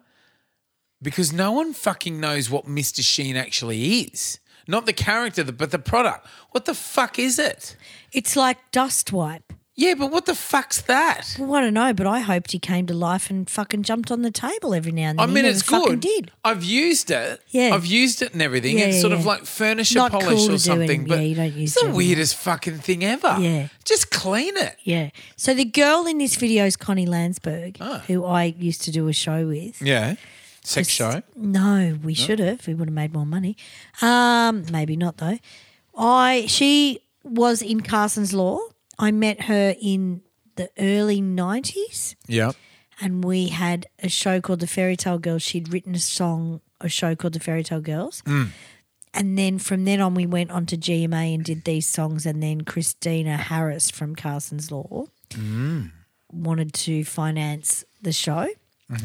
Speaker 3: because no one fucking knows what Mr. Sheen actually is. Not the character, but the product. What the fuck is it?
Speaker 2: It's like dust wipe.
Speaker 3: Yeah, but what the fuck's that?
Speaker 2: Well, I don't know, but I hoped he came to life and fucking jumped on the table every now and
Speaker 3: I
Speaker 2: then.
Speaker 3: mean,
Speaker 2: He never
Speaker 3: it's
Speaker 2: fucking
Speaker 3: good.
Speaker 2: Did.
Speaker 3: I've used it.
Speaker 2: Yeah.
Speaker 3: I've used it and everything.
Speaker 2: Yeah,
Speaker 3: it's sort
Speaker 2: yeah,
Speaker 3: of
Speaker 2: yeah.
Speaker 3: like furniture
Speaker 2: Not
Speaker 3: polish
Speaker 2: cool to do
Speaker 3: or something.
Speaker 2: and-
Speaker 3: But
Speaker 2: yeah, you don't use
Speaker 3: it's the
Speaker 2: it.
Speaker 3: weirdest fucking thing ever.
Speaker 2: Yeah.
Speaker 3: Just clean it.
Speaker 2: Yeah. So the girl in this video is Connie Landsberg,
Speaker 3: Ah.
Speaker 2: who I used to do a show with.
Speaker 3: Yeah. Sex show.
Speaker 2: No, we should have. We would have made more money. Um, maybe not though. I she was in Carson's Law. I met her in the early nineties,
Speaker 3: Yeah.
Speaker 2: and we had a show called The Fairy Tale Girls. She'd written a song, a show called The Fairy Tale Girls. And then from then on, we went on to GMA and did these songs. And then Christina Harris from Carson's Law
Speaker 3: Mm.
Speaker 2: wanted to finance the show.
Speaker 3: Mm-hmm.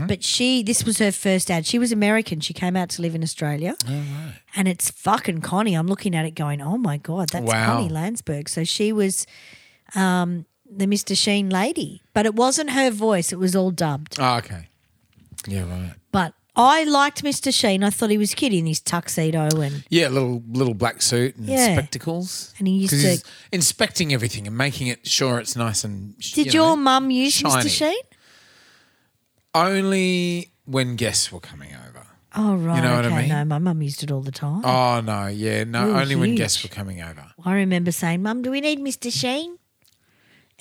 Speaker 6: Mhm.
Speaker 2: But she, this was her first ad. She was American. She came out to live in Australia.
Speaker 3: Oh,
Speaker 2: And it's fucking Connie. I'm looking at it going, oh my God, that's
Speaker 6: Wow.
Speaker 2: Connie Landsberg. So she was um, the Mr. Sheen lady, but it wasn't her voice. It was all dubbed.
Speaker 3: Oh, okay. Yeah, right.
Speaker 2: But I liked Mr. Sheen. I thought he was cute in his tuxedo and
Speaker 3: Yeah, little little black suit and
Speaker 2: Yeah.
Speaker 3: spectacles.
Speaker 2: And he used
Speaker 3: 'Cause
Speaker 2: to-
Speaker 3: he's inspecting everything and making it sure it's nice and. sh-
Speaker 2: Did
Speaker 3: you know,
Speaker 2: your mum use
Speaker 3: shiny.
Speaker 2: Mr. Sheen?
Speaker 3: Only when guests were coming over.
Speaker 2: Oh right,
Speaker 3: know what I
Speaker 2: okay.
Speaker 3: mean?
Speaker 2: No, my mum used it all the time.
Speaker 3: Oh no, yeah, no,
Speaker 2: Ooh,
Speaker 3: only when
Speaker 2: huge.
Speaker 3: guests were coming over.
Speaker 2: I remember saying, "Mum, do we need Mr. Sheen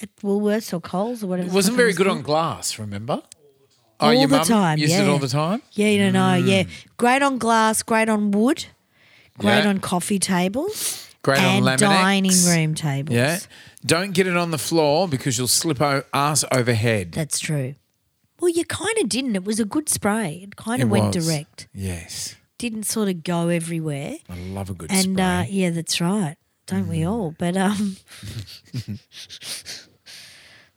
Speaker 2: at Woolworths or Coles or whatever?"
Speaker 3: It
Speaker 2: the
Speaker 3: wasn't
Speaker 2: fuck
Speaker 3: very
Speaker 2: was
Speaker 3: good
Speaker 2: called?"
Speaker 3: on glass, remember?
Speaker 2: All
Speaker 3: oh, your
Speaker 2: the
Speaker 3: mum
Speaker 2: time,
Speaker 3: Used it
Speaker 2: yeah.
Speaker 3: all the time.
Speaker 2: Yeah, you don't know. Yeah, great on glass, great on wood, great
Speaker 3: Hmm. Yeah.
Speaker 2: on coffee tables,
Speaker 3: Great on
Speaker 2: and
Speaker 3: Laminex.
Speaker 2: dining room tables.
Speaker 3: Yeah. Don't get it on the floor because you'll slip o- ass overhead.
Speaker 2: That's true. Well, you kind of didn't. It was a good spray. It kind
Speaker 3: It
Speaker 2: of went
Speaker 3: was.
Speaker 2: direct.
Speaker 3: Yes,
Speaker 2: Didn't sort of go everywhere.
Speaker 3: I love a good
Speaker 2: and
Speaker 3: spray.
Speaker 2: uh yeah, that's right. Don't
Speaker 3: Mm.
Speaker 2: we all? But um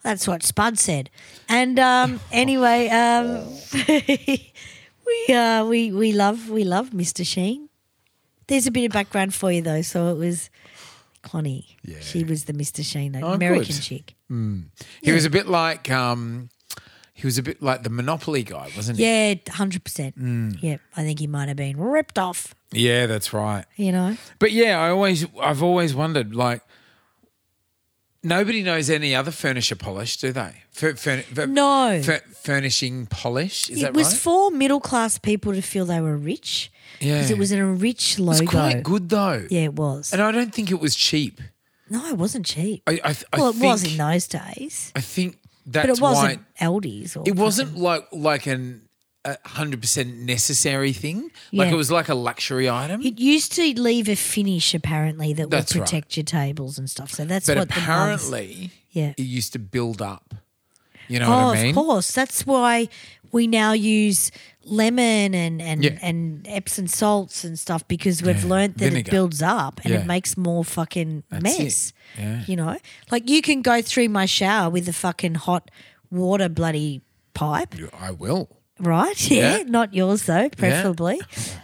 Speaker 2: That's what Spud said. And um anyway, um we uh we we love we love Mr. Sheen. There's a bit of background for you though, so it was Connie. Yeah. She was the Mr. Sheen, that
Speaker 3: Oh,
Speaker 2: American
Speaker 3: good.
Speaker 2: chick.
Speaker 3: Mm. He
Speaker 2: Yeah.
Speaker 3: was a bit like um, he was a bit like the Monopoly guy, wasn't he?
Speaker 2: Yeah, hundred percent.
Speaker 3: Mm.
Speaker 2: Yeah, I think he might have been ripped off,
Speaker 3: Yeah, that's right.
Speaker 2: you know.
Speaker 3: But yeah, I always I've always wondered like nobody knows any other furniture polish, do they? Fur, furni- fur-
Speaker 2: No.
Speaker 3: fur- furnishing polish, Uh, is
Speaker 2: it
Speaker 3: that
Speaker 2: was
Speaker 3: right?
Speaker 2: for middle class people to feel they were rich. Because
Speaker 3: Yeah.
Speaker 2: it was an rich
Speaker 3: It
Speaker 2: logo.
Speaker 3: was quite good though.
Speaker 2: Yeah, it was.
Speaker 3: And I don't think it was cheap.
Speaker 2: No, it wasn't cheap.
Speaker 3: I I, th- I
Speaker 2: well, it
Speaker 3: think,
Speaker 2: was in those days.
Speaker 3: I think that's
Speaker 2: but it wasn't
Speaker 3: why
Speaker 2: Aldi's. Or
Speaker 3: it wasn't like like an hundred percent necessary thing. Like
Speaker 2: Yeah.
Speaker 3: it was like a luxury item.
Speaker 2: It used to leave a finish apparently that would
Speaker 3: That's right.
Speaker 2: protect your tables and stuff. So that's
Speaker 3: but
Speaker 2: what the gloves-
Speaker 3: apparently,
Speaker 2: Yeah.
Speaker 3: it used to build up. You know
Speaker 2: oh,
Speaker 3: what I mean?
Speaker 2: of course. That's why we now use lemon and and,
Speaker 3: Yeah.
Speaker 2: and Epsom salts and stuff because we've learnt that
Speaker 3: vinegar.
Speaker 2: it builds up and
Speaker 3: Yeah.
Speaker 2: it makes more fucking
Speaker 3: That's it.
Speaker 2: mess.
Speaker 3: Yeah.
Speaker 2: You know, like you can go through my shower with a fucking hot water bloody pipe,
Speaker 3: I will.
Speaker 2: right? Yeah,
Speaker 3: Yeah.
Speaker 2: not yours though, preferably.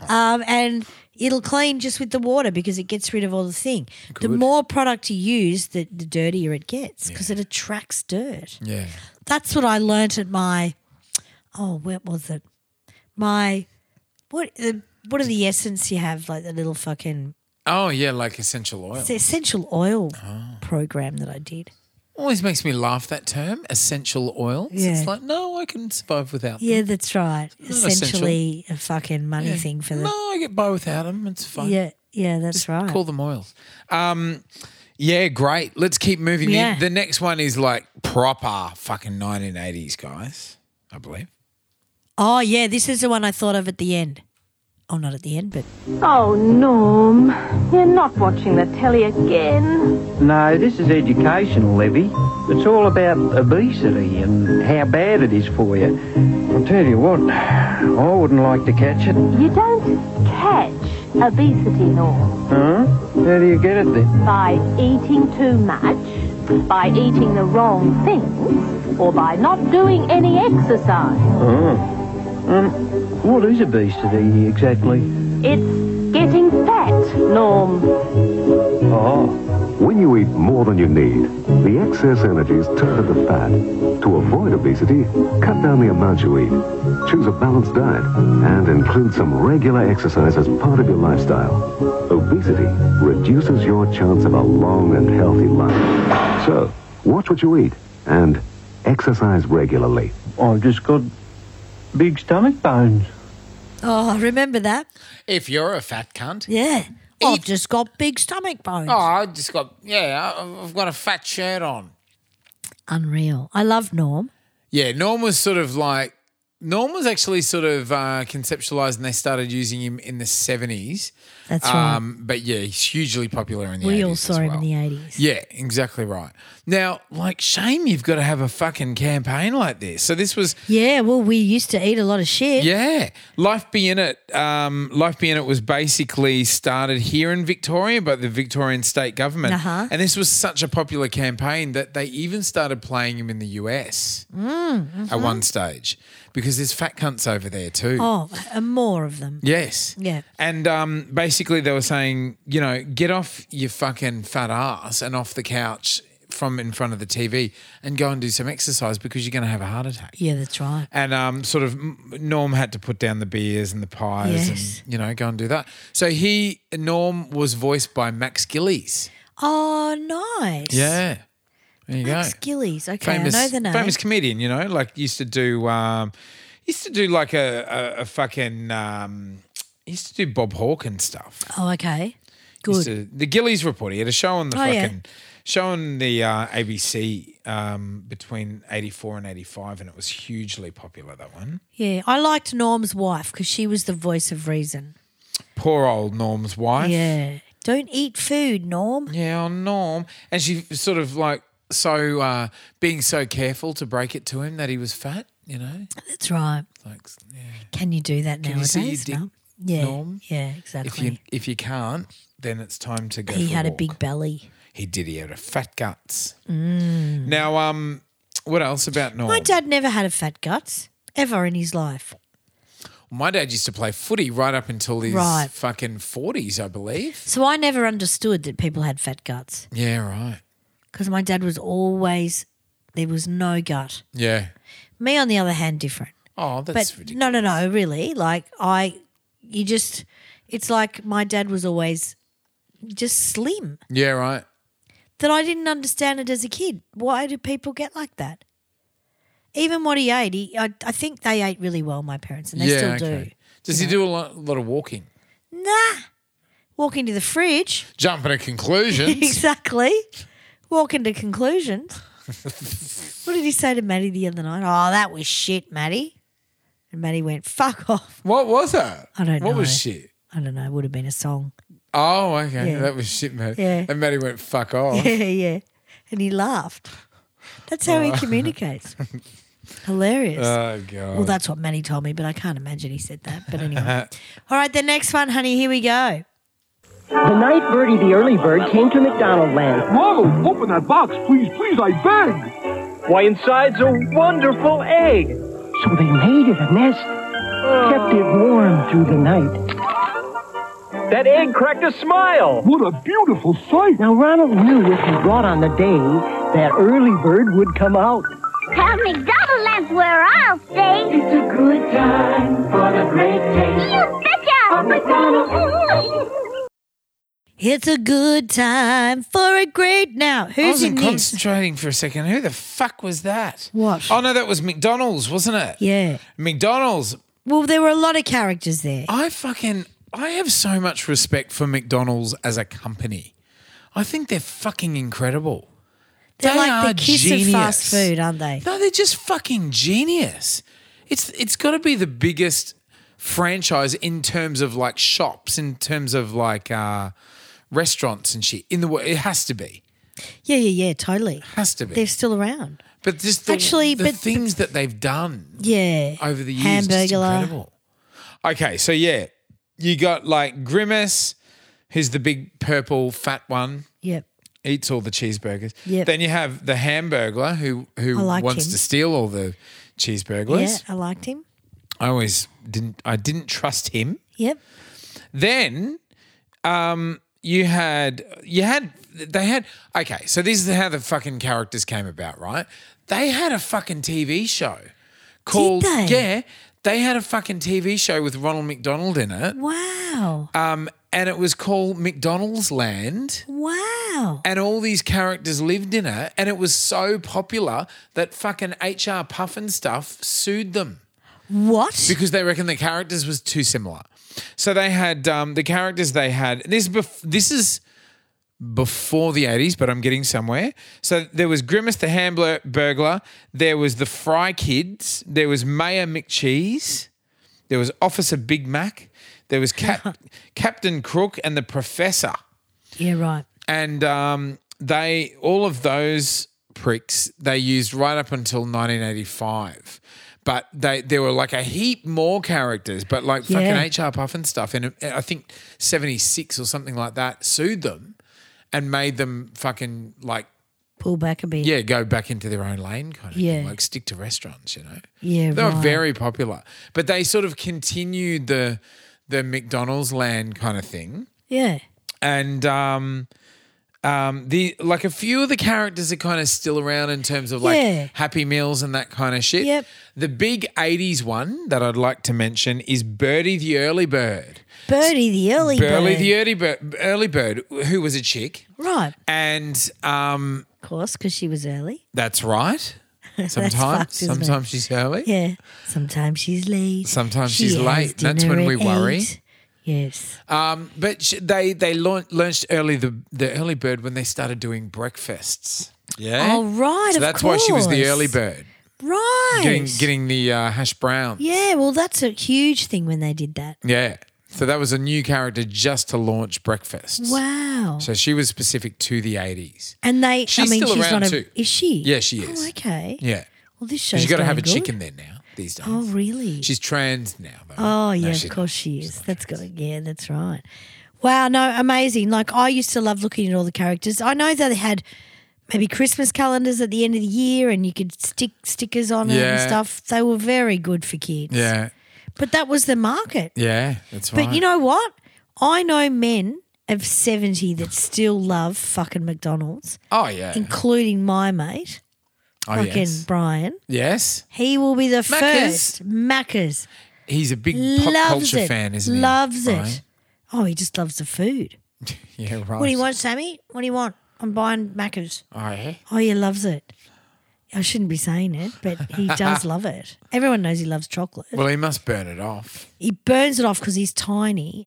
Speaker 2: Um, and it'll clean just with the water because it gets rid of all the thing. The
Speaker 3: Good.
Speaker 2: more product you use, the, the dirtier it gets because it attracts dirt.
Speaker 3: Yeah.
Speaker 2: That's what I learnt at my oh, where was it? My what the what are the essence you have like the little fucking
Speaker 3: Oh yeah, like essential oil.
Speaker 2: it's the essential oil
Speaker 3: Ah.
Speaker 2: program that I did.
Speaker 3: Always makes me laugh that term, essential oils.
Speaker 2: Yeah.
Speaker 3: It's like no, I can survive without.
Speaker 2: Yeah,
Speaker 3: them.
Speaker 2: that's right.
Speaker 3: Not essential.
Speaker 2: Essentially a fucking money
Speaker 3: Yeah.
Speaker 2: thing for the
Speaker 3: No, I get by without them. It's fine.
Speaker 2: Yeah, yeah, that's right.
Speaker 3: Call them oils. Um, yeah, great. Let's keep moving. in.
Speaker 2: Yeah.
Speaker 3: The next one is like proper fucking 1980s guys, I believe.
Speaker 2: Oh yeah, this is the one I thought of at the end. Oh, not at the end, but
Speaker 15: Oh, Norm, you're not watching the telly again.
Speaker 16: No, this is educational, Levy. It's all about obesity and how bad it is for you. I'll tell you what, I wouldn't like to catch it.
Speaker 15: You don't catch obesity, Norm,
Speaker 16: Huh? How do you get it then?
Speaker 15: by eating too much, by eating the wrong things, or by not doing any exercise.
Speaker 16: Oh. Um, what is obesity exactly?
Speaker 15: It's getting fat, Norm.
Speaker 16: Oh.
Speaker 17: When you eat more than you need, the excess energy is turned into fat. To avoid obesity, cut down the amount you eat. Choose a balanced diet and include some regular exercise as part of your lifestyle. Obesity reduces your chance of a long and healthy life. So, watch what you eat and exercise regularly.
Speaker 16: I've just got big stomach bones.
Speaker 2: oh, remember that?
Speaker 3: If you're a fat cunt.
Speaker 2: Yeah, I've just got big stomach bones.
Speaker 3: Oh, I just got, yeah, I- I've got a fat shirt on.
Speaker 2: Unreal. I love Norm.
Speaker 3: Yeah, Norm was sort of like, Norm was actually sort of uh, conceptualized and they started using him in the 70s.
Speaker 2: That's
Speaker 3: Um,
Speaker 2: right.
Speaker 3: But yeah, he's hugely popular in the
Speaker 2: we
Speaker 3: 80s.
Speaker 2: all saw him in the eighties.
Speaker 3: Yeah, exactly right. Now, like, shame you've got to have a fucking campaign like this. So this was
Speaker 2: Yeah, well, we used to eat a lot of shit.
Speaker 3: Yeah. Life Be In It. Um, Life Be In It was basically started here in Victoria by the Victorian state government.
Speaker 2: Uh-huh.
Speaker 3: And this was such a popular campaign that they even started playing him in the US
Speaker 2: Mm,
Speaker 3: at
Speaker 2: mhm.
Speaker 3: one stage because there's fat cunts over there too.
Speaker 2: Oh, and more of them.
Speaker 3: Yes.
Speaker 2: Yeah.
Speaker 3: And um, basically, they were saying, you know, get off your fucking fat ass and off the couch from in front of the TV and go and do some exercise because you're going to have a heart attack.
Speaker 2: Yeah, that's right.
Speaker 3: And um, sort of M- Norm had to put down the beers and the pies
Speaker 2: Yes.
Speaker 3: and, you know, go and do that. So he, Norm, was voiced by Max Gillies.
Speaker 2: Oh, nice.
Speaker 3: Yeah. There you
Speaker 2: Max
Speaker 3: go.
Speaker 2: Gillies. Okay,
Speaker 3: famous,
Speaker 2: I know the name.
Speaker 3: famous comedian, you know, like used to do, um, used to do like a, a, a fucking, um, used to do Bob Hawke and stuff.
Speaker 2: Oh, okay. Good.
Speaker 3: Used to- the Gillies Report. He had a show on the
Speaker 2: Oh, yeah.
Speaker 3: fucking show on the uh, ABC um, between eighty four and eighty five, and it was hugely popular. That one.
Speaker 2: Yeah, I liked Norm's wife because she was the voice of reason.
Speaker 3: Poor old Norm's wife.
Speaker 2: Yeah. Don't eat food, Norm.
Speaker 3: Yeah, oh, Norm, and she sort of like so uh, being so careful to break it to him that he was fat. You know,
Speaker 2: That's right.
Speaker 3: Thanks.
Speaker 2: Can you do that
Speaker 3: Can you
Speaker 2: nowadays?
Speaker 3: see your dick,
Speaker 2: no? Yeah.
Speaker 3: Norm?
Speaker 2: Yeah,
Speaker 3: if
Speaker 2: exactly.
Speaker 3: you if you can't, then it's time to go.
Speaker 2: he
Speaker 3: for
Speaker 2: had a
Speaker 3: walk.
Speaker 2: big belly.
Speaker 3: He did. He had a fat guts.
Speaker 2: Mm.
Speaker 3: Now, um, what else about Norm?
Speaker 2: My dad never had a fat guts ever in his life.
Speaker 3: My dad used to play footy right up until his
Speaker 2: Right.
Speaker 3: fucking forties, I believe.
Speaker 2: So I never understood that people had fat guts
Speaker 3: Yeah, right.
Speaker 2: because my dad was always, there was no gut.
Speaker 3: Yeah.
Speaker 2: Me, on the other hand, different.
Speaker 3: Oh, that's
Speaker 2: but no, no, no, really. Like, I, you just, it's like my dad was always just slim
Speaker 3: yeah, right.
Speaker 2: that I didn't understand it as a kid. Why do people get like that? Even what he ate, he, I, I think they ate really well, my parents, and they
Speaker 3: yeah,
Speaker 2: still do.
Speaker 3: okay. Does he do a lot, lot of walking?
Speaker 2: Nah. Walk into the fridge.
Speaker 3: Jumping to conclusions.
Speaker 2: exactly. Walk into conclusions. What did he say to Maddie the other night? Oh, that was shit, Maddie. And Maddie went, fuck off.
Speaker 3: What was that?
Speaker 2: I don't know.
Speaker 3: What was shit?
Speaker 2: I don't know. It would have been a song.
Speaker 3: Oh, okay.
Speaker 2: Yeah.
Speaker 3: That was shit, Maddie.
Speaker 2: Yeah.
Speaker 3: And Maddie went, fuck off.
Speaker 2: Yeah, yeah. And he laughed. That's how he
Speaker 3: Oh.
Speaker 2: communicates. Hilarious.
Speaker 3: Oh, God.
Speaker 2: Well, that's what Maddie told me, but I can't imagine he said that. But anyway. All right, the next one, honey, here we go.
Speaker 18: The night Birdie the early bird came to McDonald Land.
Speaker 14: Ronald, open that box, please, please, I beg. Why, inside's a wonderful egg.
Speaker 18: So they made it a nest, kept it warm through the night.
Speaker 5: That egg cracked a smile.
Speaker 18: What a beautiful sight! Now, Ronald knew if he brought on the day, that early bird would come out.
Speaker 13: Tell McDonald's where I'll stay. It's a good time for the great taste. You betcha. McDonald's.
Speaker 2: It's a good time for a great now.
Speaker 3: I
Speaker 2: Who's in
Speaker 3: wasn't
Speaker 2: this?
Speaker 3: concentrating for a second. Who the fuck was that?
Speaker 2: What?
Speaker 3: Oh, no, that was McDonald's, wasn't it?
Speaker 2: Yeah.
Speaker 3: McDonald's.
Speaker 2: Well, there were a lot of characters there.
Speaker 3: I fucking, I have so much respect for McDonald's as a company. I think they're fucking incredible.
Speaker 2: They're
Speaker 3: They
Speaker 2: like
Speaker 3: are
Speaker 2: the kiss of fast
Speaker 3: genius.
Speaker 2: food, aren't they?
Speaker 3: No, they're just fucking genius. It's it's got to be the biggest franchise in terms of like shops, in terms of like uh, restaurants and shit in the world. It has to be,
Speaker 2: Yeah, yeah, yeah, totally.
Speaker 3: has to be.
Speaker 2: They're still around.
Speaker 3: but just the,
Speaker 2: Actually,
Speaker 3: the
Speaker 2: but-
Speaker 3: things that they've done
Speaker 2: Yeah.
Speaker 3: over the years, just
Speaker 2: Hamburglar.
Speaker 3: incredible. Okay, so yeah, you got like Grimace, who's the big purple fat one.
Speaker 2: Yep.
Speaker 3: eats all the cheeseburgers.
Speaker 2: Yep.
Speaker 3: Then you have the hamburglar who who
Speaker 2: I liked
Speaker 3: wants
Speaker 2: him.
Speaker 3: to steal all the cheeseburglars.
Speaker 2: Yeah, I liked him.
Speaker 3: I always didn't I didn't trust him.
Speaker 2: Yep.
Speaker 3: Then um you had you had they had okay, so this is how the fucking characters came about, right? They had a fucking TV show called
Speaker 2: they?
Speaker 3: Yeah. They had a fucking TV show with Ronald McDonald in it.
Speaker 2: Wow.
Speaker 3: Um and it was called McDonald's Land.
Speaker 2: Wow.
Speaker 3: And all these characters lived in it, and it was so popular that fucking HR Puffin stuff sued them
Speaker 2: What?
Speaker 3: because they reckon the characters was too similar. So they had um, the characters they had. This bef- this is before the eighties, but I'm getting somewhere. So there was Grimace the Hambler Burglar. There was the Fry Kids. There was Mayor McCheese. There was Officer Big Mac. There was Cap- Captain Crook and the Professor
Speaker 2: Yeah, right.
Speaker 3: and um, they all of those pricks they used right up until 1985 but they there were like a heap more characters but like
Speaker 2: Yeah.
Speaker 3: fucking hr puff and stuff and uh, i think 76 or something like that sued them and made them fucking like
Speaker 2: Pull back a bit.
Speaker 3: yeah go back into their own lane kind of
Speaker 2: Yeah.
Speaker 3: thing like stick to restaurants you know
Speaker 2: Yeah,
Speaker 3: they were
Speaker 2: right.
Speaker 3: very popular but they sort of continued the the mcdonald's land kind of thing
Speaker 2: Yeah.
Speaker 3: and um, um, the like a few of the characters are kind of still around in terms of like
Speaker 2: Yeah.
Speaker 3: Happy Meals and that kind of shit.
Speaker 2: Yep.
Speaker 3: The big '80s one that I'd like to mention is Birdie the Early Bird.
Speaker 2: Birdie the early
Speaker 3: Birdie
Speaker 2: bird.
Speaker 3: the early bird, early bird, who was a chick,
Speaker 2: Right.
Speaker 3: and um,
Speaker 2: Of course, because she was early.
Speaker 3: that's right.
Speaker 2: That's
Speaker 3: Sometimes,
Speaker 2: fucked, isn't it?
Speaker 3: sometimes she's early.
Speaker 2: Yeah. Sometimes she's late.
Speaker 3: Sometimes
Speaker 2: She
Speaker 3: she's
Speaker 2: has
Speaker 3: late. That's
Speaker 2: dinner
Speaker 3: when we
Speaker 2: at
Speaker 3: worry.
Speaker 2: eight. Yes.
Speaker 3: Um, but sh- they they laun- launched early the the early bird when they started doing breakfasts. Yeah.
Speaker 2: Oh, right,
Speaker 3: So
Speaker 2: of
Speaker 3: that's why she was the
Speaker 2: course.
Speaker 3: early bird,
Speaker 2: Right.
Speaker 3: getting getting the uh, hash brown.
Speaker 2: yeah, well, that's a huge thing when they did that.
Speaker 3: Yeah. So that was a new character just to launch breakfasts.
Speaker 2: Wow.
Speaker 3: So she was specific to the eighties.
Speaker 2: and they,
Speaker 3: She's
Speaker 2: I mean,
Speaker 3: still
Speaker 2: she's
Speaker 3: around
Speaker 2: not a.
Speaker 3: too.
Speaker 2: Is she?
Speaker 3: Yeah, she is.
Speaker 2: Oh, okay.
Speaker 3: Yeah.
Speaker 2: Well, this show's
Speaker 3: She's got to
Speaker 2: going
Speaker 3: have a
Speaker 2: good.
Speaker 3: chick in there now these days.
Speaker 2: Oh, really?
Speaker 3: She's trans now though.
Speaker 2: Oh
Speaker 3: No,
Speaker 2: yeah,
Speaker 3: she's
Speaker 2: of course she is. That's good. Yeah, that's right. Wow, no, amazing. Like I used to love looking at all the characters. I know that they had maybe Christmas calendars at the end of the year, and you could stick stickers on it and
Speaker 3: Yeah.
Speaker 2: stuff. They were very good for kids.
Speaker 3: Yeah.
Speaker 2: but that was the market.
Speaker 3: Yeah. That's right.
Speaker 2: But you know what? I know men of seventy that still love fucking McDonald's,
Speaker 3: Oh yeah.
Speaker 2: including my mate,
Speaker 3: oh
Speaker 2: fucking
Speaker 3: yes.
Speaker 2: Brian.
Speaker 3: Yes.
Speaker 2: He will be the
Speaker 3: Maccas.
Speaker 2: first Maccas.
Speaker 3: He's a big pop
Speaker 2: loves
Speaker 3: culture
Speaker 2: it.
Speaker 3: fan, isn't he?
Speaker 2: loves it.
Speaker 3: Brian?
Speaker 2: Oh, he just loves the food.
Speaker 3: Yeah. Right.
Speaker 2: What do you want, Sammy? What do you want? I'm buying Macca's.
Speaker 3: Oh yeah.
Speaker 2: Oh, he loves it. I shouldn't be saying it, but he does love it. Everyone knows he loves chocolate.
Speaker 3: Well, he must burn it off.
Speaker 2: He burns it off because he's tiny.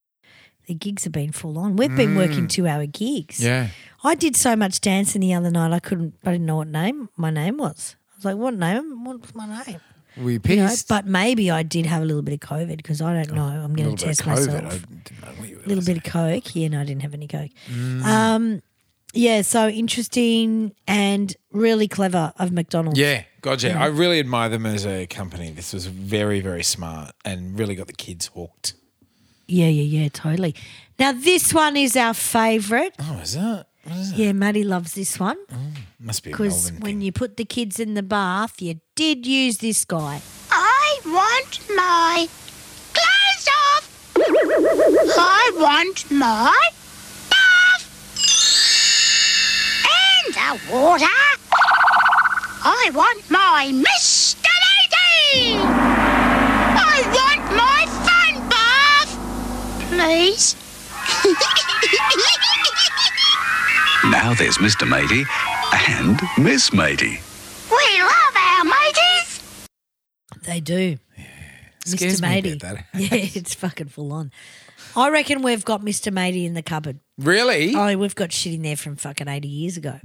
Speaker 2: The gigs have been full on. We've been working two hour gigs.
Speaker 3: Mm. Yeah.
Speaker 2: I did so much dancing the other night. I couldn't. I didn't know what name my name was. I was like, what name? What was my name?
Speaker 3: We you
Speaker 2: You know,
Speaker 3: pissed.
Speaker 2: but maybe I did have a little bit of COVID because I don't know. I'm going to
Speaker 3: little bit
Speaker 2: test
Speaker 3: of COVID.
Speaker 2: myself.
Speaker 3: I didn't know what you
Speaker 2: A little bit of coke. Yeah, no, I didn't have any coke. Um, yeah, so interesting and really clever of McDonald's.
Speaker 3: Yeah, gotcha. I really admire them as a company. This was very, very smart and really got the kids hooked.
Speaker 2: Yeah, yeah, yeah, totally. Now this one is our favourite.
Speaker 3: Oh, is that?
Speaker 2: Yeah, Maddie loves this one
Speaker 3: Must be a
Speaker 2: because
Speaker 3: Melbourne.
Speaker 2: when you put the kids in the bath, you did use this guy.
Speaker 6: I want my clothes off. I want my bath and the water. I want my Mr. Lady. I want my fun bath, please.
Speaker 9: Now there's Mr. Matey and Miss Matey.
Speaker 6: we love our mateys.
Speaker 2: They do. Mr.
Speaker 3: Scares me a
Speaker 2: Matey.
Speaker 3: bit, that
Speaker 2: yeah, it's fucking full on. I reckon we've got Mr. Matey in the cupboard.
Speaker 3: Really?
Speaker 2: Oh, we've got shit in there from fucking 80 years ago.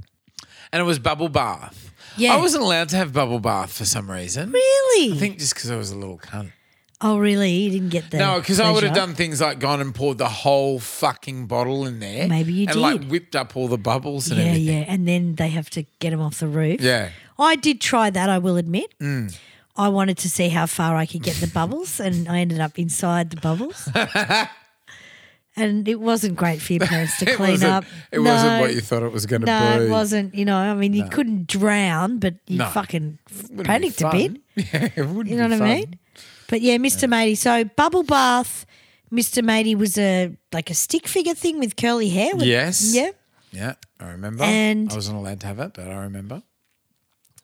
Speaker 3: and it was bubble bath.
Speaker 2: Yeah.
Speaker 3: I wasn't allowed to have bubble bath for some reason.
Speaker 2: Really?
Speaker 3: I think just because I was a little cunt.
Speaker 2: Oh, really? You didn't get the.
Speaker 3: No, because I would have
Speaker 2: pleasure?
Speaker 3: done things like gone and poured the whole fucking bottle in there.
Speaker 2: Maybe you
Speaker 3: and like
Speaker 2: did.
Speaker 3: whipped up all the bubbles and
Speaker 2: yeah,
Speaker 3: everything.
Speaker 2: yeah. And then they have to get him off the roof.
Speaker 3: Yeah. Mm.
Speaker 2: I did try that, I will admit. I wanted to see how far I could get the bubbles, and I ended up inside the bubbles. and it wasn't great for your parents to
Speaker 3: It
Speaker 2: clean
Speaker 3: wasn't,
Speaker 2: up.
Speaker 3: It wasn't what
Speaker 2: No.
Speaker 3: you thought it was going to
Speaker 2: No,
Speaker 3: be.
Speaker 2: it wasn't. You know, I mean, you
Speaker 3: No.
Speaker 2: couldn't drown, but you
Speaker 3: No.
Speaker 2: fucking
Speaker 3: Wouldn't be
Speaker 2: panicked a
Speaker 3: fun.
Speaker 2: bit.
Speaker 3: Yeah, it wouldn't
Speaker 2: You know what
Speaker 3: be
Speaker 2: I
Speaker 3: fun.
Speaker 2: mean? But yeah, Mr. Matey. So bubble bath. Mr. Matey was a like a stick figure thing with curly hair. with-
Speaker 3: Yes.
Speaker 2: Yeah.
Speaker 3: Yeah, I remember.
Speaker 2: And-
Speaker 3: I wasn't allowed to have it, but I remember.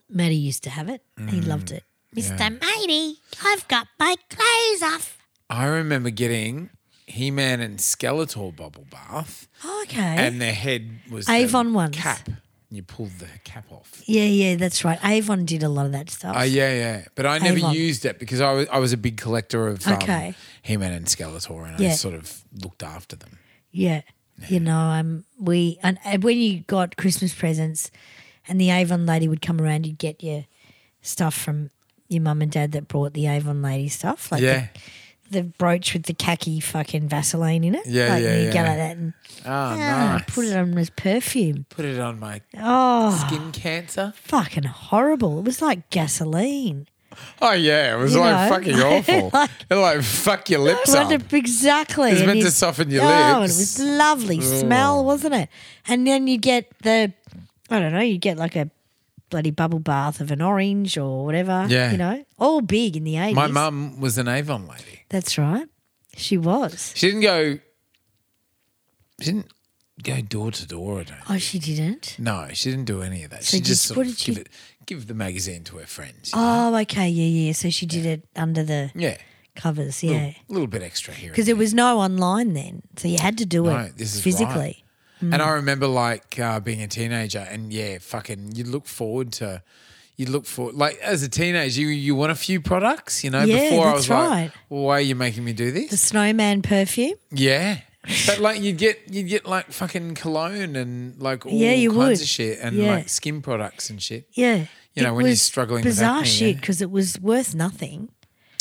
Speaker 2: Matty used to have it. He loved it. Mr.
Speaker 3: Mm. Yeah.
Speaker 2: Matey, I've got my clothes off.
Speaker 3: I remember getting He Man and Skeletor bubble bath,
Speaker 2: Okay.
Speaker 3: and their head was the
Speaker 2: Avon ones.
Speaker 3: cap. And you pulled the cap off.
Speaker 2: yeah, yeah, that's right. Avon did a lot of that stuff.
Speaker 3: Oh yeah, yeah. But I never
Speaker 2: Avon.
Speaker 3: used it because I was I was a big collector of um,
Speaker 2: Okay.
Speaker 3: He Man and Skeletor, and I
Speaker 2: Yeah.
Speaker 3: sort of looked after them.
Speaker 2: Yeah. You know, um, we and and when you got Christmas presents, and the Avon lady would come around, you'd get your stuff from your mum and dad that brought the Avon lady stuff, like
Speaker 3: yeah.
Speaker 2: the, the brooch with the khaki fucking Vaseline in it.
Speaker 3: Yeah,
Speaker 2: like,
Speaker 3: yeah,
Speaker 2: You
Speaker 3: yeah.
Speaker 2: go like that and
Speaker 3: Ah,
Speaker 2: ah,
Speaker 3: nice.
Speaker 2: put it on as perfume.
Speaker 3: Put it on my
Speaker 2: Oh,
Speaker 3: skin cancer.
Speaker 2: fucking horrible! It was like gasoline.
Speaker 3: Oh yeah, it was
Speaker 2: You
Speaker 3: like
Speaker 2: know,
Speaker 3: fucking
Speaker 2: like-
Speaker 3: awful. it like fuck your lips
Speaker 2: Well,
Speaker 3: up.
Speaker 2: the- Exactly.
Speaker 3: It's
Speaker 2: and
Speaker 3: meant
Speaker 2: you-
Speaker 3: to soften your Oh.
Speaker 2: Oh, and it
Speaker 3: lips.
Speaker 2: was lovely smell, wasn't it? And then you get the, I don't know, you get like a bloody bubble bath of an orange or whatever.
Speaker 3: Yeah.
Speaker 2: You know, all big in the 80s.
Speaker 3: My mum was an Avon lady.
Speaker 2: That's right. She was.
Speaker 3: She didn't go. She didn't go door to door. I don't.
Speaker 2: Oh, she didn't?
Speaker 3: No, she didn't do any of that.
Speaker 2: So
Speaker 3: she
Speaker 2: did-
Speaker 3: just sort
Speaker 2: what
Speaker 3: of
Speaker 2: did she-
Speaker 3: give it, give the magazine to her friends.
Speaker 2: Oh, okay. Yeah, yeah. So she did it under the
Speaker 3: Yeah,
Speaker 2: covers.
Speaker 3: a
Speaker 2: Yeah.
Speaker 3: little, little bit extra here.
Speaker 2: Because there was no online then. So you had to do
Speaker 3: No,
Speaker 2: it
Speaker 3: this is
Speaker 2: physically. Mm.
Speaker 3: right. And I remember like uh, being a teenager, and yeah, fucking, you look forward to. You look for like as a teenager, you, you want a few products, you know.
Speaker 2: Yeah,
Speaker 3: before I
Speaker 2: that's
Speaker 3: was
Speaker 2: right.
Speaker 3: like, well, "Why are you making me do this?"
Speaker 2: The snowman perfume.
Speaker 3: Yeah. But like you'd get you'd get like fucking cologne and like all
Speaker 2: Yeah, you
Speaker 3: kinds
Speaker 2: would.
Speaker 3: of shit and
Speaker 2: Yeah.
Speaker 3: like skin products and shit.
Speaker 2: Yeah.
Speaker 3: You know,
Speaker 2: It
Speaker 3: when you're
Speaker 2: was
Speaker 3: struggling with
Speaker 2: bizarre
Speaker 3: acne,
Speaker 2: shit
Speaker 3: yeah.
Speaker 2: because it was worth nothing.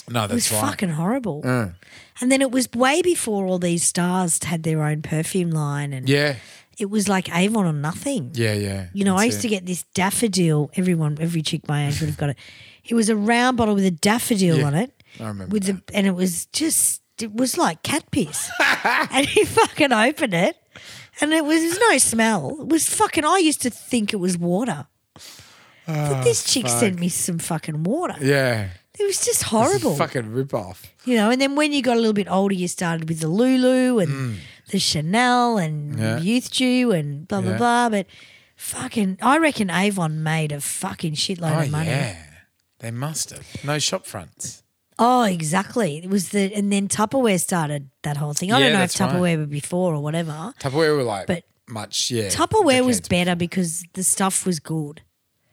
Speaker 3: No,
Speaker 2: It was
Speaker 3: that's right.
Speaker 2: fucking horrible.
Speaker 3: Mm.
Speaker 2: And then it was way before all these stars had their own perfume line, and
Speaker 3: Yeah.
Speaker 2: it was like Avon or nothing.
Speaker 3: Yeah, yeah.
Speaker 2: You know, I
Speaker 3: That's
Speaker 2: used to
Speaker 3: it.
Speaker 2: get this daffodil. Everyone, every chick my age would have got it. It was a round bottle with a daffodil
Speaker 3: Yeah,
Speaker 2: on it,
Speaker 3: I remember
Speaker 2: with the, and it was just it was like cat piss. and he fucking opened it, and it was, there was no smell. It was fucking. I used to think it was water. But this chick sent me some fucking water.
Speaker 3: Ah, Yeah.
Speaker 2: It was just
Speaker 3: It's
Speaker 2: horrible.
Speaker 3: a fucking rip off.
Speaker 2: You know, and then when you got a little bit older, you started with the Lulu and the Chanel and
Speaker 3: Mm. Yeah.
Speaker 2: Youth Dew and blah, blah,
Speaker 3: Yeah.
Speaker 2: blah. But fucking, I reckon Avon made a fucking shitload
Speaker 3: Oh
Speaker 2: of money.
Speaker 3: yeah. They must have. No shop fronts.
Speaker 2: Oh, exactly. It was the, and then Tupperware started that whole thing. I
Speaker 3: Yeah,
Speaker 2: don't know if
Speaker 3: that's right.
Speaker 2: Tupperware were before or whatever.
Speaker 3: Tupperware were like
Speaker 2: But
Speaker 3: much yeah.
Speaker 2: Tupperware was
Speaker 3: decades.
Speaker 2: better because the stuff was good.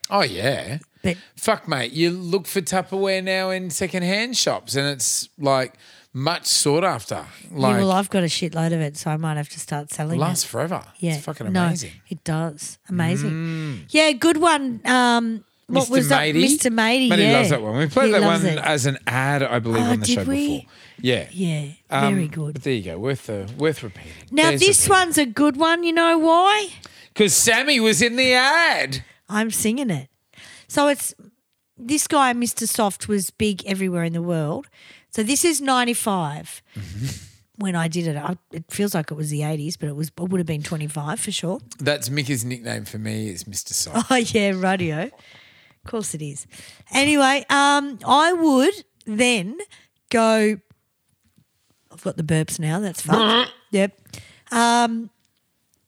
Speaker 3: Oh yeah.
Speaker 2: But
Speaker 3: Fuck mate, you look for Tupperware now in secondhand shops and it's like much sought after. Like
Speaker 2: yeah, well, I've got a shitload of it, so I might have to start selling.
Speaker 3: lasts
Speaker 2: it.
Speaker 3: forever.
Speaker 2: Yeah,
Speaker 3: It's fucking
Speaker 2: No,
Speaker 3: amazing.
Speaker 2: it does. Amazing. Yeah, good one. Um, what
Speaker 3: Mr.
Speaker 2: was that?
Speaker 3: Matey.
Speaker 2: Mr. Matey.
Speaker 3: Matey
Speaker 2: yeah.
Speaker 3: loves that one. We played
Speaker 2: He
Speaker 3: that
Speaker 2: loves
Speaker 3: one uh,
Speaker 2: it.
Speaker 3: as an ad, I believe,
Speaker 2: Oh,
Speaker 3: on the
Speaker 2: did
Speaker 3: show
Speaker 2: we?
Speaker 3: before. Yeah.
Speaker 2: Yeah,
Speaker 3: Um,
Speaker 2: very good.
Speaker 3: But there you go. Worth uh, worth repeating.
Speaker 2: Now this one's a good one. You know why?
Speaker 3: because Sammy was in the ad.
Speaker 2: I'm singing it. So it's this guy, Mr. Soft, was big everywhere in the world. So this is 95
Speaker 3: Mm-hmm.
Speaker 2: when I did it. I, it feels like it was the 80s, but it was it would have been 25 for sure.
Speaker 3: That's Mickey's nickname for me is Mr. Soft.
Speaker 2: Oh yeah, radio. Of course it is. Anyway, um, I would then go. I've got the burps now. That's fun. yep. Um,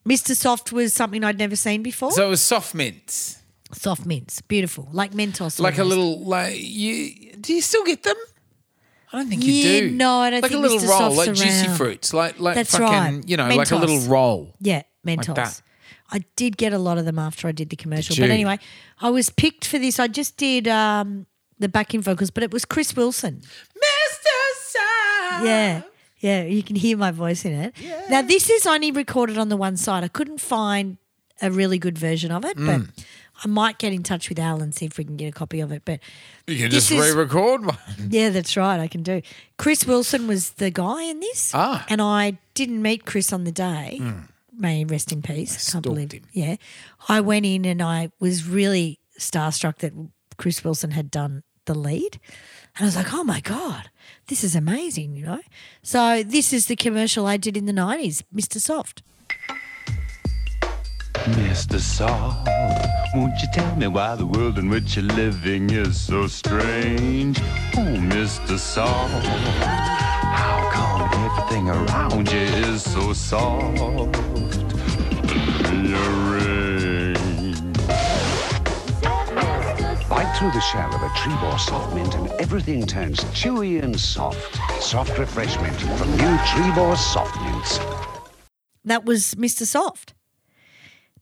Speaker 2: Mr. Soft was something I'd never seen before.
Speaker 3: So it was soft mints,
Speaker 2: Soft mints, beautiful, like Mentos.
Speaker 3: like a
Speaker 2: almost.
Speaker 3: little like you. Do you still get them? I don't think
Speaker 2: Yeah,
Speaker 3: you do.
Speaker 2: no, I don't
Speaker 3: like
Speaker 2: think
Speaker 3: a little
Speaker 2: Mr.
Speaker 3: roll,
Speaker 2: Soft's
Speaker 3: like juicy
Speaker 2: around.
Speaker 3: fruits, like like
Speaker 2: That's
Speaker 3: fucking
Speaker 2: right.
Speaker 3: you know, like a
Speaker 2: Mentos.
Speaker 3: little roll.
Speaker 2: Yeah,
Speaker 3: Like
Speaker 2: Mentos.
Speaker 3: that.
Speaker 2: I did get a lot of them after I did the commercial.
Speaker 3: Did
Speaker 2: But
Speaker 3: you?
Speaker 2: anyway, I was picked for this. I just did um, the backing vocals, but it was Chris Wilson. Yeah. Yeah, you can hear my voice in it. Now, this is only recorded on the one side. I couldn't find a really good version of it, but I might get in touch with Al and see if we can get a copy of it. But
Speaker 3: You can
Speaker 2: This
Speaker 3: just
Speaker 2: is-
Speaker 3: re-record one.
Speaker 2: yeah, that's right. I can do. Chris Wilson was the guy in this.
Speaker 3: Ah.
Speaker 2: And I didn't meet Chris on the day. May he rest in peace. I can't believe him. Yeah. I went in and I was really starstruck that Chris Wilson had done the lead. And I was like, oh my God, this is amazing, you know? So this is the commercial I did in the 90s, Mr. Soft.
Speaker 19: Mr. Soft, won't you tell me why the world in which you're living is so strange? Oh, Mr. Soft, how come everything around you is so soft? Rearrange.
Speaker 17: Bite through the shell of a Treebor soft mint and everything turns chewy and soft. Soft refreshment from new Treebor soft mints.
Speaker 2: That was Mr. Soft.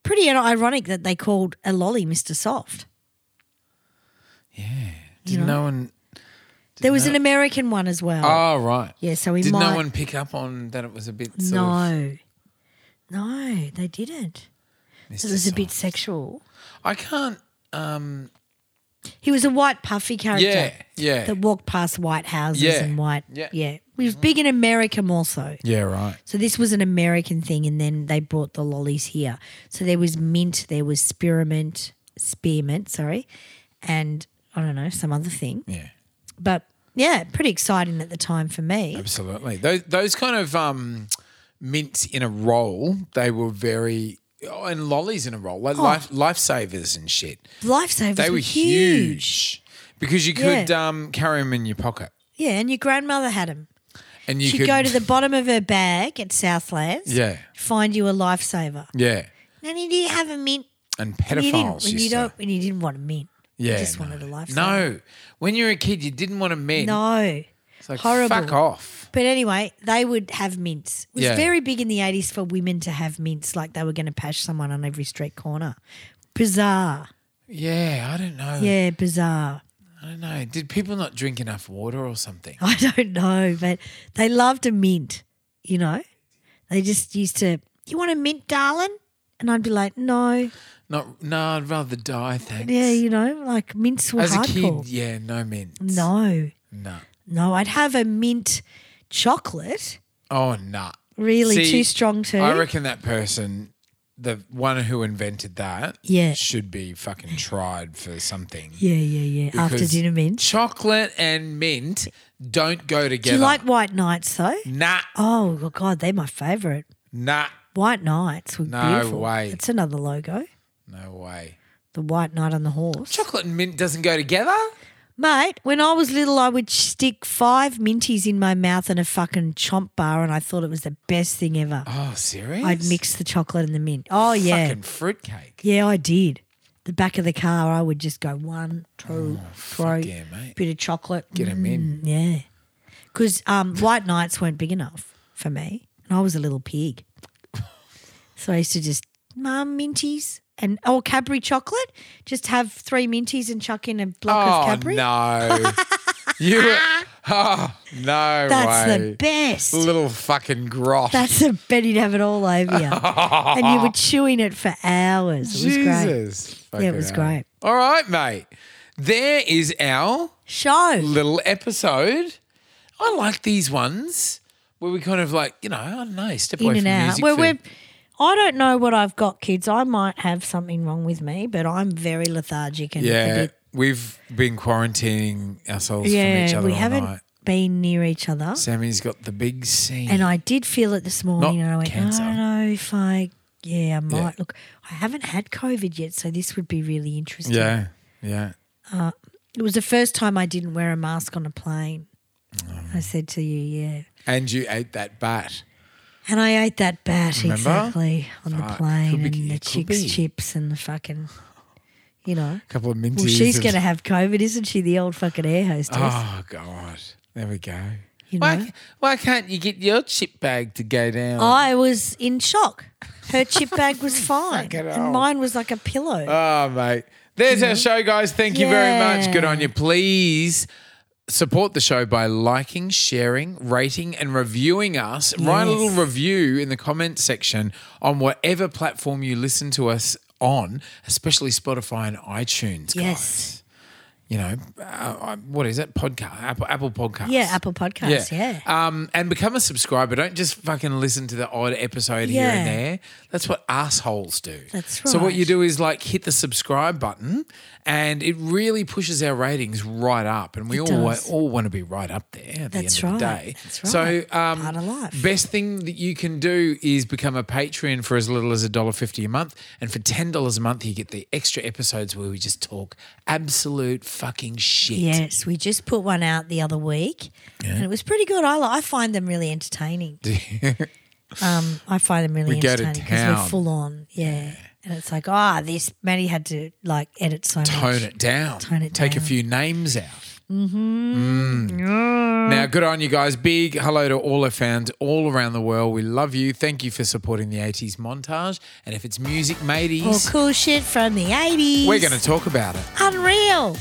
Speaker 2: Pretty ironic that they called a lolly Mr. Soft.
Speaker 3: Did
Speaker 2: know.
Speaker 3: no one?
Speaker 2: There was an American one as well.
Speaker 3: Oh right.
Speaker 2: Yeah, so we
Speaker 3: did
Speaker 2: might-
Speaker 3: no one pick up on that? It was a bit sort Of,
Speaker 2: No. No, they didn't. So it
Speaker 3: Mr.
Speaker 2: was a bit sexual.
Speaker 3: I can't. Um,
Speaker 2: He was a white puffy character.
Speaker 3: Yeah, yeah.
Speaker 2: That walked past white houses
Speaker 3: Yeah,
Speaker 2: and white.
Speaker 3: yeah.
Speaker 2: He was big in America more so.
Speaker 3: yeah, right.
Speaker 2: So this was an American thing, and then they brought the lollies here. So there was mint, there was spearmint, spearmint, sorry, and I don't know some other thing.
Speaker 3: Yeah.
Speaker 2: But yeah, pretty exciting at the time for me.
Speaker 3: Absolutely. Those those kind of um, mints in a roll, they were very oh, and lollies in a roll, like
Speaker 2: Oh.
Speaker 3: life lifesavers and shit.
Speaker 2: Lifesavers.
Speaker 3: they were huge. because you could
Speaker 2: Yeah.
Speaker 3: um, carry them in your pocket,
Speaker 2: Yeah, and your grandmother had them.
Speaker 3: and you
Speaker 2: She'd
Speaker 3: could
Speaker 2: go to the bottom of her bag at Southlands.
Speaker 3: yeah,
Speaker 2: Find you a lifesaver.
Speaker 3: yeah,
Speaker 2: Nanny, do you have a mint?
Speaker 3: and
Speaker 2: And you didn't,
Speaker 3: pedophiles.
Speaker 2: when you
Speaker 3: used to-
Speaker 2: don't, when you didn't want a mint. You
Speaker 3: yeah,
Speaker 2: just
Speaker 3: no.
Speaker 2: wanted a lifesaver.
Speaker 3: No, when you were a kid, you didn't want a mint.
Speaker 2: No.
Speaker 3: it's like
Speaker 2: horrible.
Speaker 3: fuck off.
Speaker 2: But anyway, they would have mints. It was
Speaker 3: Yeah.
Speaker 2: very big in the 80s for women to have mints, like they were going to pash someone on every street corner. Bizarre.
Speaker 3: Yeah, I don't know.
Speaker 2: Yeah, bizarre.
Speaker 3: I don't know. Did people not drink enough water or something?
Speaker 2: I don't know, but they loved a mint, you know? They just used to, you want a mint, darling? And I'd be like, no.
Speaker 3: Not no, I'd rather die. Thanks.
Speaker 2: Yeah, you know, like mints were
Speaker 3: As a
Speaker 2: hardcore.
Speaker 3: kid, yeah, no mint.
Speaker 2: No,
Speaker 3: No.
Speaker 2: no, I'd have a mint chocolate.
Speaker 3: Oh, nah.
Speaker 2: Really? Too strong too?
Speaker 3: I reckon that person, the one who invented that,
Speaker 2: Yeah.
Speaker 3: should be fucking tried for something.
Speaker 2: Yeah, yeah, yeah. After
Speaker 3: Because
Speaker 2: dinner mint.
Speaker 3: Chocolate and mint don't go
Speaker 2: Do
Speaker 3: together.
Speaker 2: you like white nights though?
Speaker 3: nah,
Speaker 2: Oh well, God, they're my favourite.
Speaker 3: nah,
Speaker 2: White nights were
Speaker 3: No
Speaker 2: beautiful.
Speaker 3: way.
Speaker 2: It's another logo.
Speaker 3: no way.
Speaker 2: The white knight on the horse.
Speaker 3: Chocolate and mint doesn't go together.
Speaker 2: Mate, when I was little, I would stick five minties in my mouth and a fucking chomp bar, and I thought it was the best thing ever.
Speaker 3: Oh, serious?
Speaker 2: I'd mix the chocolate and the mint. Oh yeah,
Speaker 3: Fucking fruitcake.
Speaker 2: yeah, I did. The back of the car, I would just go one, two, three,
Speaker 3: Oh, yeah, mate.
Speaker 2: bit of chocolate.
Speaker 3: Get 'em in.
Speaker 2: Mm, yeah, because um, white nights weren't big enough for me, and I was a little pig. So I used to just mum minties and oh Cadbury chocolate. Just have three minties and chuck in a block of
Speaker 3: oh
Speaker 2: Cadbury.
Speaker 3: no, you. Were, Oh, no
Speaker 2: That's
Speaker 3: way.
Speaker 2: the best.
Speaker 3: Little fucking grot.
Speaker 2: That's a bet he'd have it all over you. and you were chewing it for hours. It was
Speaker 3: Jesus.
Speaker 2: great. Yeah, it was
Speaker 3: Fucking hell.
Speaker 2: great.
Speaker 3: All right, mate. There is our
Speaker 2: show
Speaker 3: little episode. I like these ones where we kind of like you know I don't know step away
Speaker 2: In and
Speaker 3: from
Speaker 2: out.
Speaker 3: music.
Speaker 2: Well,
Speaker 3: for-
Speaker 2: we're, I don't know what I've got, kids. I might have something wrong with me, but I'm very lethargic and a
Speaker 3: yeah,
Speaker 2: bit-
Speaker 3: we've been quarantining ourselves from each
Speaker 2: yeah.
Speaker 3: other.
Speaker 2: We
Speaker 3: all
Speaker 2: haven't
Speaker 3: night.
Speaker 2: been near each other.
Speaker 3: Sammy's got the big scene.
Speaker 2: And I did feel it this morning, and I went,
Speaker 3: cancer.
Speaker 2: I don't know if I, yeah, I might.
Speaker 3: Yeah.
Speaker 2: Look, I haven't had COVID yet, so this would be really interesting.
Speaker 3: yeah, yeah.
Speaker 2: Uh, it was the first time I didn't wear a mask on a plane.
Speaker 3: Mm.
Speaker 2: I said to you, yeah.
Speaker 3: And you ate that bat.
Speaker 2: And I ate that bat
Speaker 3: Remember?
Speaker 2: exactly on the
Speaker 3: Fuck.
Speaker 2: plane
Speaker 3: Could be-
Speaker 2: and the
Speaker 3: it could
Speaker 2: chicks
Speaker 3: be.
Speaker 2: chips and the fucking, you know.
Speaker 3: A couple of minties.
Speaker 2: Well, she's
Speaker 3: of-
Speaker 2: going to have COVID, isn't she? The old fucking air hostess.
Speaker 3: Oh God! There we go.
Speaker 2: You know? Oh.
Speaker 3: Why, why can't you get your chip bag to go down?
Speaker 2: I was in shock. Her chip bag was fine,
Speaker 3: hell.
Speaker 2: and mine was like a pillow.
Speaker 3: Oh, mate. There's our show, guys. Thank you very much. Good on you. Please support the show by liking, sharing, rating, and reviewing us. Write a
Speaker 2: Yes.
Speaker 3: little review in the comment section on whatever platform you listen to us on, especially Spotify and iTunes. guys.
Speaker 2: Yes.
Speaker 3: You know, uh, uh, what is it? Podcast, Apple, Apple Podcast.
Speaker 2: Yeah, Apple Podcasts. Yeah.
Speaker 3: Um, and become a subscriber. Don't just fucking listen to the odd episode here and
Speaker 2: Yeah.
Speaker 3: there. That's what assholes do.
Speaker 2: That's
Speaker 3: So what
Speaker 2: right.
Speaker 3: you do is like hit the subscribe button, and it really pushes our ratings right up. And we
Speaker 2: It
Speaker 3: all wa-
Speaker 2: does.
Speaker 3: all want to be right up there at
Speaker 2: That's
Speaker 3: the end
Speaker 2: right.
Speaker 3: of the day.
Speaker 2: That's right.
Speaker 3: So um,
Speaker 2: Part of life.
Speaker 3: Best thing that you can do is become a Patreon for as little as $1.50 a month. And for $10 a month, you get the extra episodes where we just talk absolute fucking shit.
Speaker 2: Yes, we just put one out the other week, and it was pretty good. I, li- I find them really entertaining. Um, I find them really
Speaker 3: We go to
Speaker 2: entertaining because
Speaker 3: town.
Speaker 2: we're full on. Yeah. And it's like, ah, this Maddie had to like edit so much.
Speaker 3: Tone it down.
Speaker 2: Tone it
Speaker 3: Take a
Speaker 2: down.
Speaker 3: few names out. Mm.
Speaker 2: Mm-hmm.
Speaker 3: Now, good on you guys. Big hello to all our fans all around the world. We love you. Thank you for supporting the 80s montage. And if it's music mateys,
Speaker 2: Oh, All cool shit from the 80s.
Speaker 3: we're going to talk about it.
Speaker 2: Unreal.